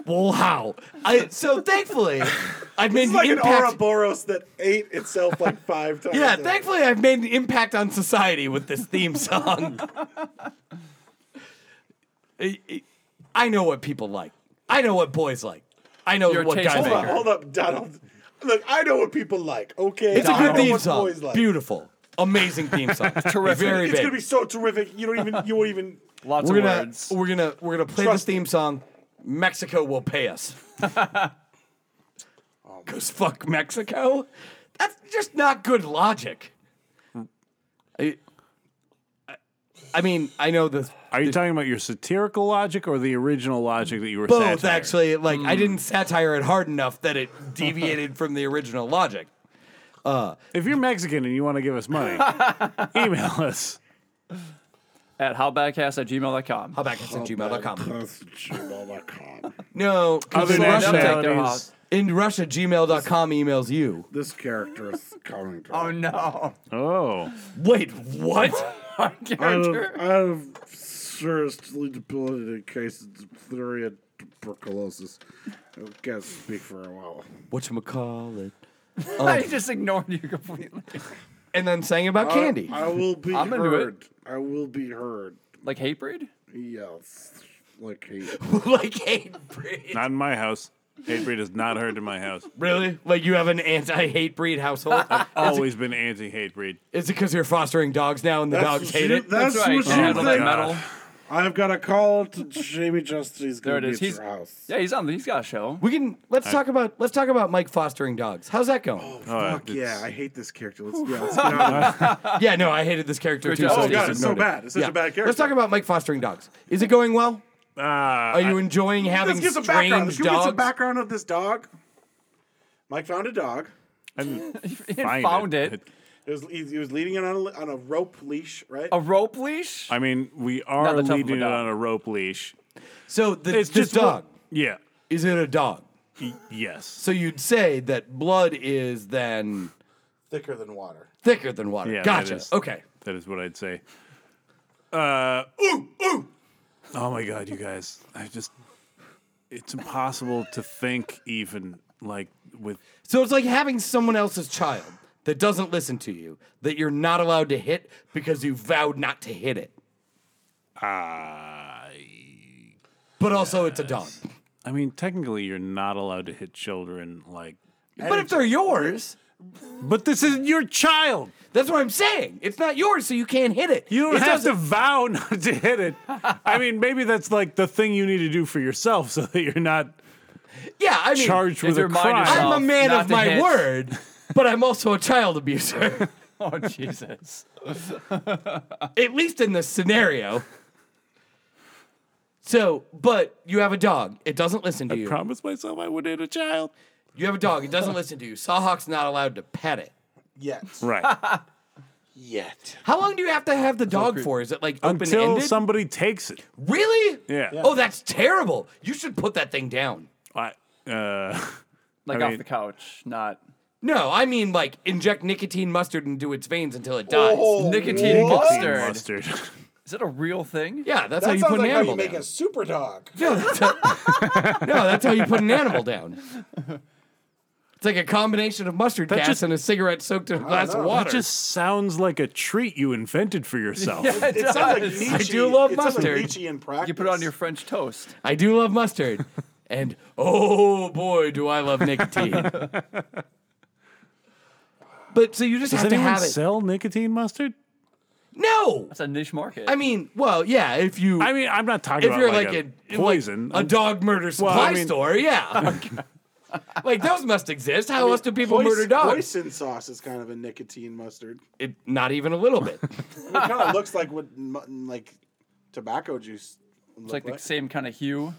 [SPEAKER 4] Well, how? I, so thankfully, I've made
[SPEAKER 5] It's
[SPEAKER 4] an
[SPEAKER 5] like an
[SPEAKER 4] impact.
[SPEAKER 5] Ouroboros that ate itself like five times.
[SPEAKER 4] yeah,
[SPEAKER 5] over.
[SPEAKER 4] thankfully, I've made an impact on society with this theme song. I- I- I know what people like. I know what boys like. I know
[SPEAKER 2] Your
[SPEAKER 4] what
[SPEAKER 2] taste
[SPEAKER 5] Hold
[SPEAKER 4] guys
[SPEAKER 2] maker.
[SPEAKER 5] up,
[SPEAKER 4] like.
[SPEAKER 5] hold up, Donald. Look, I know what people like. Okay,
[SPEAKER 4] It's a
[SPEAKER 5] I know
[SPEAKER 4] good theme
[SPEAKER 5] what
[SPEAKER 4] song.
[SPEAKER 5] boys like.
[SPEAKER 4] Beautiful, amazing theme song. Terrific. Very
[SPEAKER 5] It's
[SPEAKER 4] big.
[SPEAKER 5] gonna be so terrific. You don't even. You won't even.
[SPEAKER 2] Lots
[SPEAKER 4] we're
[SPEAKER 2] of
[SPEAKER 4] gonna
[SPEAKER 2] words.
[SPEAKER 4] we're gonna we're gonna play
[SPEAKER 5] Trust
[SPEAKER 4] this theme song. Mexico will pay us. Oh. Cause fuck Mexico. That's just not good logic. I, I- I mean, I know the
[SPEAKER 3] Are you talking about your satirical logic or the original logic that you were
[SPEAKER 4] both
[SPEAKER 3] satire?
[SPEAKER 4] actually. Like, I didn't satire it hard enough that it deviated from the original logic.
[SPEAKER 3] If you're Mexican and you want to give us money, email us.
[SPEAKER 2] At howbadcast at gmail.com.
[SPEAKER 4] How back at gmail.com.
[SPEAKER 1] That's gmail.com.
[SPEAKER 4] Oh, No, 'cause
[SPEAKER 3] Other
[SPEAKER 4] in
[SPEAKER 2] They'll take
[SPEAKER 4] Russia,
[SPEAKER 2] their
[SPEAKER 3] nationalities.
[SPEAKER 2] house.
[SPEAKER 4] in Russia, gmail.com emails you.
[SPEAKER 1] This character is coming to
[SPEAKER 2] Oh no.
[SPEAKER 3] Oh,
[SPEAKER 4] Wait, what?
[SPEAKER 1] I
[SPEAKER 2] Our
[SPEAKER 4] Oh.
[SPEAKER 1] have,
[SPEAKER 2] character.
[SPEAKER 1] I have seriously debilitated cases of diphtheria tuberculosis. I can't speak for a while.
[SPEAKER 4] Whatchamacallit?
[SPEAKER 2] I just ignored you completely.
[SPEAKER 4] And then sang about candy.
[SPEAKER 1] I, I will be
[SPEAKER 2] I'm into it.
[SPEAKER 1] heard. I will be heard.
[SPEAKER 2] Like hate breed?
[SPEAKER 1] Yes. Like he.
[SPEAKER 4] like hate breed.
[SPEAKER 3] not in my house. Hate breed is not heard in my house.
[SPEAKER 4] Really? Like you have an anti-hate breed household?
[SPEAKER 3] Always been anti-hate breed.
[SPEAKER 4] Is it because you're fostering dogs now and the dogs hate it?
[SPEAKER 1] That's, what
[SPEAKER 2] He
[SPEAKER 1] you
[SPEAKER 2] had a little
[SPEAKER 1] think.
[SPEAKER 2] medal.
[SPEAKER 1] I've got a call to Jamie Justice. He's
[SPEAKER 2] There
[SPEAKER 1] going
[SPEAKER 2] it
[SPEAKER 1] to be
[SPEAKER 2] is.
[SPEAKER 1] at
[SPEAKER 2] He's
[SPEAKER 1] your house.
[SPEAKER 2] yeah, he's on. the- He's got a show.
[SPEAKER 4] We can let's talk about let's talk about Mike fostering dogs. How's that going?
[SPEAKER 3] Oh,
[SPEAKER 1] Fuck yeah,
[SPEAKER 3] it's-
[SPEAKER 1] I hate this character. Let's, yeah, let's get out of it.
[SPEAKER 4] yeah, no, I hated this character too.
[SPEAKER 2] job.
[SPEAKER 4] so I
[SPEAKER 1] Oh,
[SPEAKER 4] just
[SPEAKER 1] God, it's so
[SPEAKER 4] ignored it.
[SPEAKER 1] bad. It's such
[SPEAKER 4] Yeah.
[SPEAKER 1] a bad character.
[SPEAKER 4] Let's talk about Mike fostering dogs. Is it going well?
[SPEAKER 3] Ah,
[SPEAKER 2] Oh,
[SPEAKER 4] Are you enjoying having
[SPEAKER 5] Let's get some
[SPEAKER 4] strange
[SPEAKER 5] background. Let's give me
[SPEAKER 4] dogs?
[SPEAKER 5] some background of this dog. Mike found a dog.
[SPEAKER 3] I didn't
[SPEAKER 2] He
[SPEAKER 3] find
[SPEAKER 2] found it.
[SPEAKER 5] It was, he, he was leading it on a, on a rope leash, right?
[SPEAKER 2] A rope leash?
[SPEAKER 3] I mean, we
[SPEAKER 2] Not
[SPEAKER 3] are
[SPEAKER 2] the tough of a
[SPEAKER 3] leading it
[SPEAKER 2] dog.
[SPEAKER 3] on a rope leash.
[SPEAKER 4] so the,
[SPEAKER 3] It's
[SPEAKER 4] this
[SPEAKER 3] just
[SPEAKER 4] dog
[SPEAKER 3] one- Yeah.
[SPEAKER 4] is it a dog?
[SPEAKER 3] Y- yes.
[SPEAKER 4] So you'd say that blood is then
[SPEAKER 5] Thicker than water.
[SPEAKER 4] thicker than water.
[SPEAKER 3] Yeah, that
[SPEAKER 4] gotcha.
[SPEAKER 3] is-
[SPEAKER 4] Okay.
[SPEAKER 3] That is what I'd say. Uh, ooh, ooh. Oh my god, you guys! I just. It's impossible to think even like with
[SPEAKER 4] So it's like having someone else's child that doesn't listen to you, that you're not allowed to hit because you vowed not to hit it.
[SPEAKER 3] uh,
[SPEAKER 4] But also, it's a dog.
[SPEAKER 3] I mean, technically, you're not allowed to hit children. Like,
[SPEAKER 4] But if they're yours,
[SPEAKER 3] but this is your child.
[SPEAKER 4] that's what I'm saying. It's not yours, so you can't hit it.
[SPEAKER 3] You don't
[SPEAKER 4] It
[SPEAKER 3] have to
[SPEAKER 4] doesn't-
[SPEAKER 3] vow not to hit it. I mean, maybe that's like the thing you need to do for yourself, so that you're not
[SPEAKER 4] Yeah, I mean,
[SPEAKER 3] charged
[SPEAKER 2] If
[SPEAKER 3] with a
[SPEAKER 2] your mind
[SPEAKER 3] crime.
[SPEAKER 2] is
[SPEAKER 4] I'm a
[SPEAKER 2] off,
[SPEAKER 4] man
[SPEAKER 2] not
[SPEAKER 4] of
[SPEAKER 2] to
[SPEAKER 4] my
[SPEAKER 2] hit.
[SPEAKER 4] word, but I'm also a child abuser.
[SPEAKER 2] oh Jesus.
[SPEAKER 4] At least in this scenario. So, but you have a dog. It doesn't listen to you.
[SPEAKER 3] promised myself I would hit a child.
[SPEAKER 4] you have a dog. It doesn't listen to you. Sawhawk's not allowed to pet it.
[SPEAKER 5] Yet.
[SPEAKER 3] Right.
[SPEAKER 5] Yet.
[SPEAKER 4] How long do you have to have the dog for? Is it like open
[SPEAKER 3] Until
[SPEAKER 4] ended?
[SPEAKER 3] somebody takes it.
[SPEAKER 4] Really?
[SPEAKER 3] Yeah. Yeah.
[SPEAKER 4] Oh, that's terrible. You should put that thing down.
[SPEAKER 3] I, uh,
[SPEAKER 2] Like
[SPEAKER 3] I
[SPEAKER 2] off
[SPEAKER 3] mean-
[SPEAKER 2] the couch, not
[SPEAKER 4] No, I mean like inject nicotine mustard into its veins until it dies.
[SPEAKER 2] nicotine
[SPEAKER 5] Oh, what?
[SPEAKER 2] mustard.
[SPEAKER 3] mustard.
[SPEAKER 2] Is it a real thing?
[SPEAKER 4] Yeah, that's how
[SPEAKER 5] That
[SPEAKER 4] you
[SPEAKER 5] sounds
[SPEAKER 4] put
[SPEAKER 5] like
[SPEAKER 4] an
[SPEAKER 5] how
[SPEAKER 4] animal
[SPEAKER 5] you make
[SPEAKER 4] down.
[SPEAKER 5] a super dog.
[SPEAKER 4] No, that's how, no, that's how you put an animal down. It's like a combination of mustard gas
[SPEAKER 3] just-
[SPEAKER 4] and a cigarette soaked in a glass of
[SPEAKER 5] know.
[SPEAKER 4] water.
[SPEAKER 3] That just sounds like a treat you invented for yourself.
[SPEAKER 5] It sounds like Nietzsche.
[SPEAKER 4] love
[SPEAKER 5] it sounds like
[SPEAKER 4] mustard.
[SPEAKER 5] Nietzsche in practice.
[SPEAKER 2] You put it on your French toast.
[SPEAKER 4] I do love mustard. And oh boy, do I love nicotine. but so you just
[SPEAKER 3] Does
[SPEAKER 4] have to
[SPEAKER 3] anyone
[SPEAKER 4] have it.
[SPEAKER 3] sell nicotine mustard?
[SPEAKER 4] no!
[SPEAKER 2] It's a niche market.
[SPEAKER 4] I mean, well, yeah, if you.
[SPEAKER 3] I mean, I'm not talking
[SPEAKER 4] if
[SPEAKER 3] about
[SPEAKER 4] you're
[SPEAKER 3] like,
[SPEAKER 4] like,
[SPEAKER 3] a
[SPEAKER 4] a
[SPEAKER 3] poison.
[SPEAKER 4] like a dog murder supply
[SPEAKER 3] I mean-
[SPEAKER 4] store, yeah. like those must exist. How else do people
[SPEAKER 5] Hoisin-
[SPEAKER 4] murder dogs?
[SPEAKER 5] Hoisin sauce is kind of a nicotine mustard.
[SPEAKER 4] It, not even a little bit.
[SPEAKER 5] It kind of looks like what mu- like tobacco juice. would
[SPEAKER 2] it's
[SPEAKER 5] look
[SPEAKER 2] like the same kind of hue.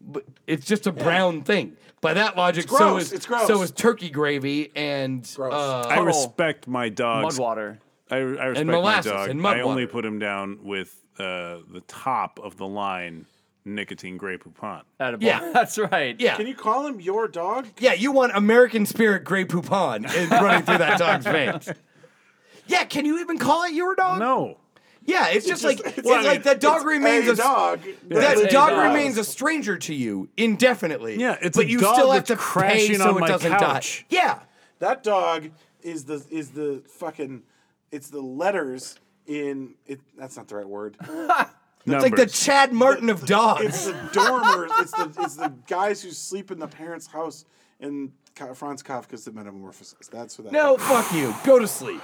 [SPEAKER 4] but it's just a brown thing. By that logic, so
[SPEAKER 5] gross.
[SPEAKER 4] is
[SPEAKER 5] It's gross.
[SPEAKER 4] so is turkey gravy and
[SPEAKER 5] Gross.
[SPEAKER 4] uh,
[SPEAKER 3] I
[SPEAKER 2] puddle.
[SPEAKER 3] respect my dogs.
[SPEAKER 2] Mud water.
[SPEAKER 3] I, I respect my
[SPEAKER 4] molasses
[SPEAKER 3] dog.
[SPEAKER 4] and mud
[SPEAKER 3] I only
[SPEAKER 4] water.
[SPEAKER 3] put him down with uh, the top of the line nicotine gray poupon.
[SPEAKER 2] Attaboy.
[SPEAKER 4] Yeah.
[SPEAKER 2] that's right.
[SPEAKER 4] Yeah.
[SPEAKER 5] Can you call him your dog?
[SPEAKER 4] Yeah, you want American Spirit Grey Poupon in- running through that dog's veins. Yeah, can you even call it your dog?
[SPEAKER 3] No.
[SPEAKER 4] Yeah, it's just, like it's
[SPEAKER 3] well, I
[SPEAKER 4] like
[SPEAKER 3] mean,
[SPEAKER 4] that dog
[SPEAKER 5] It's
[SPEAKER 4] remains
[SPEAKER 5] a
[SPEAKER 4] s-
[SPEAKER 5] dog.
[SPEAKER 4] That
[SPEAKER 2] It's a
[SPEAKER 4] dog,
[SPEAKER 2] dog.
[SPEAKER 4] remains a stranger to you indefinitely.
[SPEAKER 3] Yeah, it's
[SPEAKER 4] but
[SPEAKER 3] a
[SPEAKER 4] you
[SPEAKER 3] dog
[SPEAKER 4] still have to
[SPEAKER 3] that's crashing
[SPEAKER 4] pay so
[SPEAKER 3] on
[SPEAKER 4] it
[SPEAKER 3] my
[SPEAKER 4] doesn't
[SPEAKER 3] couch.
[SPEAKER 4] die. Yeah,
[SPEAKER 5] That dog is the is the fucking it's the letters in it that's not the right word.
[SPEAKER 4] it's like the Chad Martin of
[SPEAKER 5] It's
[SPEAKER 4] dogs.
[SPEAKER 5] the dormers. It's the it's the guys who sleep in the parents' house in Ka- Franz Kafka's The Metamorphosis. That's what that.
[SPEAKER 4] No, fuck you. Go to sleep.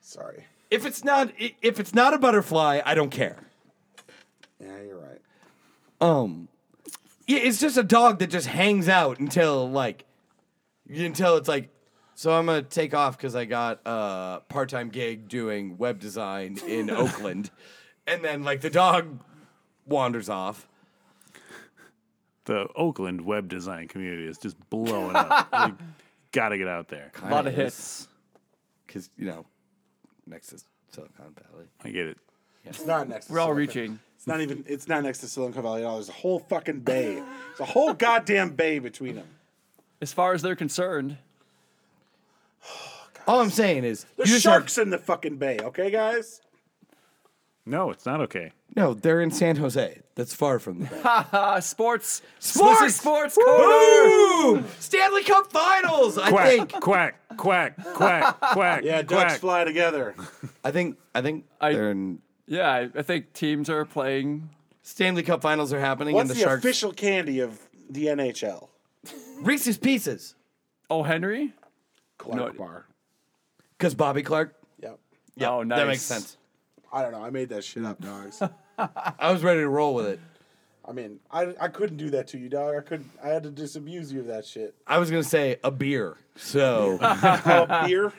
[SPEAKER 5] sorry.
[SPEAKER 4] If it's not i- if it's not a butterfly, I don't care.
[SPEAKER 5] Yeah, you're right.
[SPEAKER 4] Um, yeah, it's just a dog that just hangs out until like until it's like. So I'm gonna take off because I got a part-time gig doing web design in Oakland, and then like the dog wanders off.
[SPEAKER 3] the Oakland web design community is just blowing up. You gotta get out there.
[SPEAKER 2] a lot of hits.
[SPEAKER 4] because you know, next is Silicon Valley.
[SPEAKER 3] I get it.
[SPEAKER 5] It's not next.
[SPEAKER 2] We're all reaching.
[SPEAKER 5] It's not even. It's not next to Silicon Valley at all. There's a whole fucking bay. There's a whole goddamn bay between them.
[SPEAKER 2] As far as they're concerned,
[SPEAKER 4] All I'm saying is,
[SPEAKER 5] There's
[SPEAKER 4] you just have-
[SPEAKER 5] sharks in the fucking bay. Okay, guys.
[SPEAKER 3] No, it's not okay.
[SPEAKER 4] no, they're in San Jose. That's far from the
[SPEAKER 2] uh, sports.
[SPEAKER 4] Sports!
[SPEAKER 2] This is sports corner.
[SPEAKER 4] Boom! Stanley Cup Finals. I
[SPEAKER 3] Quack,
[SPEAKER 4] think.
[SPEAKER 3] quack, quack, quack, quack.
[SPEAKER 5] Yeah, ducks
[SPEAKER 3] quack.
[SPEAKER 5] fly together.
[SPEAKER 4] I think. I think
[SPEAKER 2] I-
[SPEAKER 4] they're in
[SPEAKER 2] Yeah, I, I think teams are playing.
[SPEAKER 4] Stanley Cup Finals are happening,
[SPEAKER 5] What's
[SPEAKER 4] and
[SPEAKER 5] the,
[SPEAKER 4] the, Sharks
[SPEAKER 5] official candy of the NHL?
[SPEAKER 4] Reese's Pieces
[SPEAKER 2] Oh, Henry.
[SPEAKER 5] Clark
[SPEAKER 2] No.
[SPEAKER 5] Bar.
[SPEAKER 4] because Bobby Clark.
[SPEAKER 5] Yep.
[SPEAKER 2] Yeah, oh, nice.
[SPEAKER 4] That makes sense.
[SPEAKER 5] I don't know. I made that shit up, dogs.
[SPEAKER 4] I was ready to roll with it.
[SPEAKER 5] I mean, I, I couldn't do that to you, dog. I couldn't. I had to disabuse you of that shit.
[SPEAKER 4] I was gonna say a beer. So
[SPEAKER 5] Uh, beer.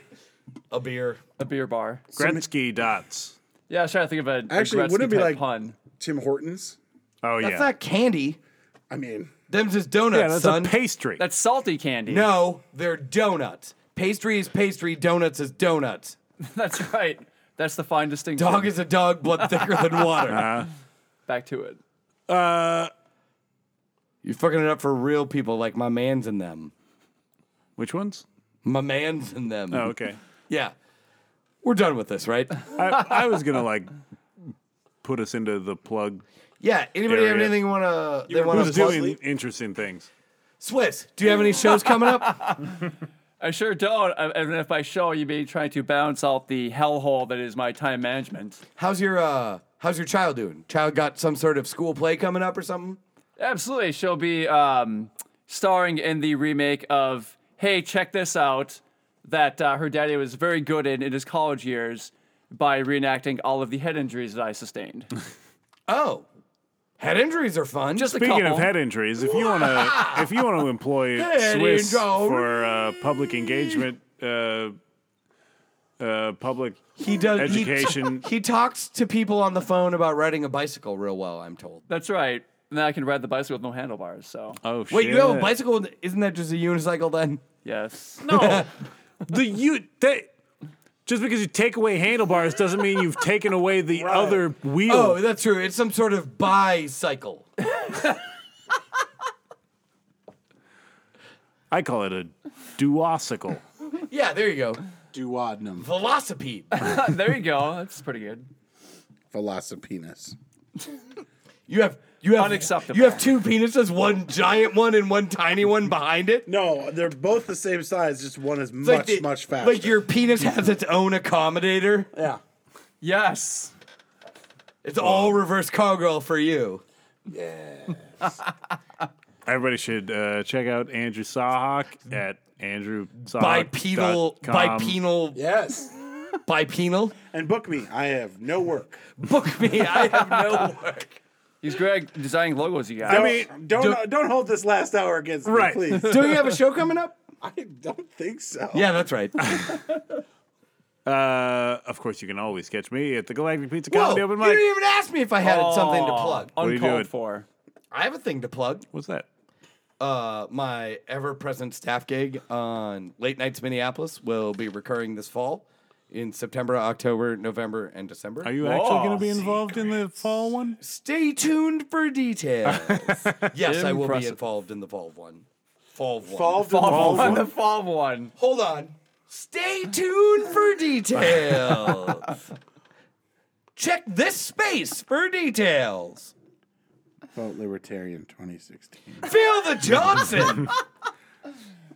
[SPEAKER 4] a beer.
[SPEAKER 2] A beer bar.
[SPEAKER 3] Gretzky dots.
[SPEAKER 2] Yeah, I was trying to think of a
[SPEAKER 1] Actually,
[SPEAKER 2] a
[SPEAKER 1] wouldn't it be
[SPEAKER 2] Gretzky-type
[SPEAKER 1] like-
[SPEAKER 2] pun?
[SPEAKER 1] Tim Hortons.
[SPEAKER 3] Oh
[SPEAKER 4] That's
[SPEAKER 3] yeah.
[SPEAKER 4] not candy.
[SPEAKER 1] I mean,
[SPEAKER 4] Them's just donuts,
[SPEAKER 3] yeah, that's
[SPEAKER 4] son.
[SPEAKER 3] a pastry.
[SPEAKER 2] That's salty candy.
[SPEAKER 4] no, they're donuts. Pastry is pastry. Donuts is donuts.
[SPEAKER 2] that's right. That's the fine distinction.
[SPEAKER 4] Dog is a dog, blood thicker than water.
[SPEAKER 2] back to it.
[SPEAKER 3] uh,
[SPEAKER 4] You're fucking it up for real people like my man's in them.
[SPEAKER 3] which ones?
[SPEAKER 4] My man's in them.
[SPEAKER 3] Oh, okay.
[SPEAKER 4] Yeah. We're done with this, right?
[SPEAKER 3] I, I was gonna like put us into the plug.
[SPEAKER 4] Yeah. Anybody have
[SPEAKER 3] Area.
[SPEAKER 4] anything you wanna they wanna
[SPEAKER 3] Who's
[SPEAKER 4] plug?
[SPEAKER 3] doing interesting things?
[SPEAKER 4] Swiss, do you have any shows coming up?
[SPEAKER 2] I sure don't. I- And if I show, you be trying to bounce out the hellhole that is my time management.
[SPEAKER 4] How's your uh how's your child doing? Child got some sort of school play coming up or something?
[SPEAKER 2] Absolutely. She'll be um, starring in the remake of Hey, Check This Out, that uh, her daddy was very good in in his college years by reenacting all of the head injuries that I sustained.
[SPEAKER 4] Oh. Head injuries are fun.
[SPEAKER 2] Just a
[SPEAKER 3] Speaking
[SPEAKER 2] couple.
[SPEAKER 3] of head injuries, if you want to, if you want to employ
[SPEAKER 4] Head
[SPEAKER 3] Swiss
[SPEAKER 4] injury.
[SPEAKER 3] for uh, public engagement, uh, uh, public
[SPEAKER 4] he does he-
[SPEAKER 3] education,
[SPEAKER 4] He, talks to people on the phone about riding a bicycle real well, I'm told.
[SPEAKER 2] That's right. And then I can ride the bicycle with no handlebars. So,
[SPEAKER 3] oh shit!
[SPEAKER 4] Wait, you have a bicycle? Isn't that just a unicycle then?
[SPEAKER 2] yes.
[SPEAKER 3] No, the you that just because you take away handlebars doesn't mean you've taken away the other wheel.
[SPEAKER 4] Oh, that's true. It's some sort of bicycle.
[SPEAKER 3] I call it a duosicle.
[SPEAKER 4] Yeah, there you go.
[SPEAKER 5] Duodenum.
[SPEAKER 4] Velocipede.
[SPEAKER 2] there you go. That's pretty good.
[SPEAKER 1] Velocipenis.
[SPEAKER 4] You have you have
[SPEAKER 2] Unacceptable.
[SPEAKER 4] You have two penises, one giant one and one tiny one behind it.
[SPEAKER 1] No, they're both the same size. Just one is
[SPEAKER 4] It's like
[SPEAKER 1] much,
[SPEAKER 4] the-
[SPEAKER 1] much faster.
[SPEAKER 4] Like your penis has its own accommodator.
[SPEAKER 5] Yeah.
[SPEAKER 2] Yes.
[SPEAKER 4] It's all reverse cowgirl for you.
[SPEAKER 3] Everybody should uh, check out Andrew Sahak at Andrew Sahak.
[SPEAKER 4] Bipedal, bipenal,
[SPEAKER 5] Yes.
[SPEAKER 4] bipenal.
[SPEAKER 5] And book me. I have no work.
[SPEAKER 4] Book me. I have no work.
[SPEAKER 2] He's Greg designing logos, you guys.
[SPEAKER 5] I
[SPEAKER 3] mean,
[SPEAKER 5] mean, don't don't, hold this last hour against me,
[SPEAKER 3] Right.
[SPEAKER 5] please.
[SPEAKER 4] Don't you have a show coming up?
[SPEAKER 5] I don't think so.
[SPEAKER 4] Yeah, that's right.
[SPEAKER 3] Uh, of course, you can always catch me at the Galactic Pizza
[SPEAKER 4] Whoa,
[SPEAKER 3] Comedy
[SPEAKER 4] you
[SPEAKER 3] Open Mic.
[SPEAKER 4] didn't even ask me if I had something to plug.
[SPEAKER 2] Uncalled
[SPEAKER 3] are you doing?
[SPEAKER 2] for.
[SPEAKER 4] I have a thing to plug.
[SPEAKER 3] What's that?
[SPEAKER 4] Uh, my ever-present staff gig on Late Nights Minneapolis will be recurring this fall. in September, October, November, and December.
[SPEAKER 3] Are you actually going to be
[SPEAKER 2] Oh,
[SPEAKER 3] involved in the fall one?
[SPEAKER 4] Stay tuned for details. yes, I will be
[SPEAKER 2] Impressive.
[SPEAKER 4] involved in the fall one. Fall one.
[SPEAKER 5] Involved in
[SPEAKER 2] Fall
[SPEAKER 5] the
[SPEAKER 2] one,
[SPEAKER 5] Volvo.
[SPEAKER 2] the fall one.
[SPEAKER 4] Hold on. Stay tuned for details. Check this space for details.
[SPEAKER 5] Vote Libertarian 2016.
[SPEAKER 4] Feel the Johnson.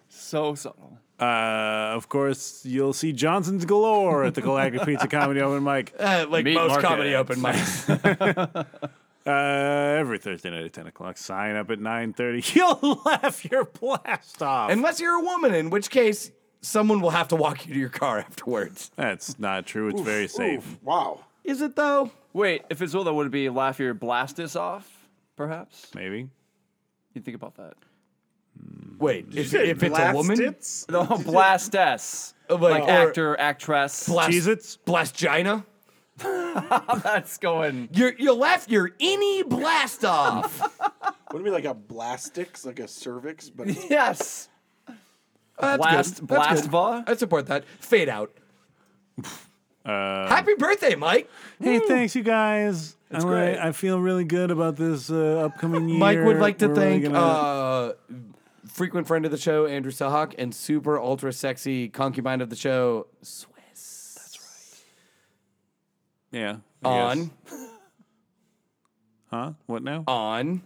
[SPEAKER 2] So subtle.
[SPEAKER 3] Uh, of course, you'll see Johnson's galore at the Galactic Pizza Comedy Open Mic
[SPEAKER 4] Uh, like
[SPEAKER 2] Meat
[SPEAKER 4] most
[SPEAKER 2] market.
[SPEAKER 4] comedy open mics.
[SPEAKER 3] uh, every Thursday night at 10 o'clock. Sign up at 9.30. You'll laugh your blast off.
[SPEAKER 4] Unless you're a woman, in which case someone will have to walk you to your car afterwards.
[SPEAKER 3] That's not true. It's very safe.
[SPEAKER 5] Oof, wow.
[SPEAKER 4] Is it though?
[SPEAKER 2] Wait, if it's Zola, would it be laugh your blastus off? Perhaps
[SPEAKER 3] Maybe.
[SPEAKER 2] you think about that.
[SPEAKER 4] Wait, if, if it's a
[SPEAKER 5] Blast
[SPEAKER 4] woman,
[SPEAKER 5] tits?
[SPEAKER 2] No, blastess,
[SPEAKER 4] Like,
[SPEAKER 2] like
[SPEAKER 4] or-
[SPEAKER 2] actor, actress.
[SPEAKER 3] Cheez-Its?
[SPEAKER 4] Blastgina.
[SPEAKER 2] That's going.
[SPEAKER 4] You're, you left your innie blast off.
[SPEAKER 5] Wouldn't it be like a blastix, like a cervix, but it's
[SPEAKER 2] Yes.
[SPEAKER 4] That's
[SPEAKER 2] Blast-
[SPEAKER 4] good.
[SPEAKER 2] blast
[SPEAKER 4] That's good.
[SPEAKER 2] va?
[SPEAKER 4] I support that. Fade out. Happy birthday, Mike.
[SPEAKER 3] Hey, thanks, you guys. I'm
[SPEAKER 4] great.
[SPEAKER 3] I feel really good about this uh, upcoming year.
[SPEAKER 4] Mike would like to
[SPEAKER 3] We're really
[SPEAKER 4] thank
[SPEAKER 3] gonna-
[SPEAKER 4] uh, frequent friend of the show, Andrew Sahak, and super ultra sexy concubine of the show, Swiss.
[SPEAKER 3] yeah. I
[SPEAKER 4] On,
[SPEAKER 3] guess. Huh? What now?
[SPEAKER 4] on.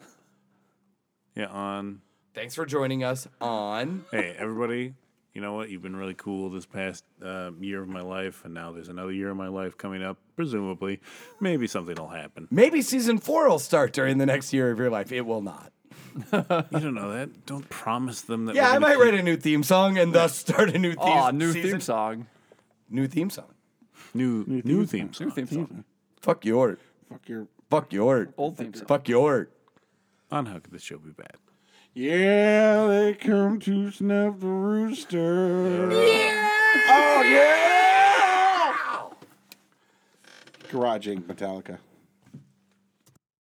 [SPEAKER 3] Yeah, on.
[SPEAKER 4] Thanks for joining us on.
[SPEAKER 3] Hey, everybody. You know what? You've been really cool this past uh, year of my life, and now there's another year of my life coming up. Presumably, maybe something will happen.
[SPEAKER 4] Maybe season four will start during the next year of your life. It will not.
[SPEAKER 3] You don't know that. Don't promise them that.
[SPEAKER 4] Yeah, I
[SPEAKER 3] we're gonna
[SPEAKER 4] might
[SPEAKER 3] keep-
[SPEAKER 4] write a new theme song and thus start a new theme.
[SPEAKER 2] Aw, new
[SPEAKER 4] season-
[SPEAKER 2] theme song.
[SPEAKER 4] New theme song.
[SPEAKER 3] new new, theme
[SPEAKER 2] New
[SPEAKER 3] song.
[SPEAKER 2] theme song.
[SPEAKER 4] Fuck your.
[SPEAKER 5] fuck your.
[SPEAKER 4] Fuck your.
[SPEAKER 2] Old theme song.
[SPEAKER 4] Fuck your.
[SPEAKER 3] On how could this show be bad?
[SPEAKER 5] Yeah, they come to snap the rooster. Oh, yeah! Garaging Metallica.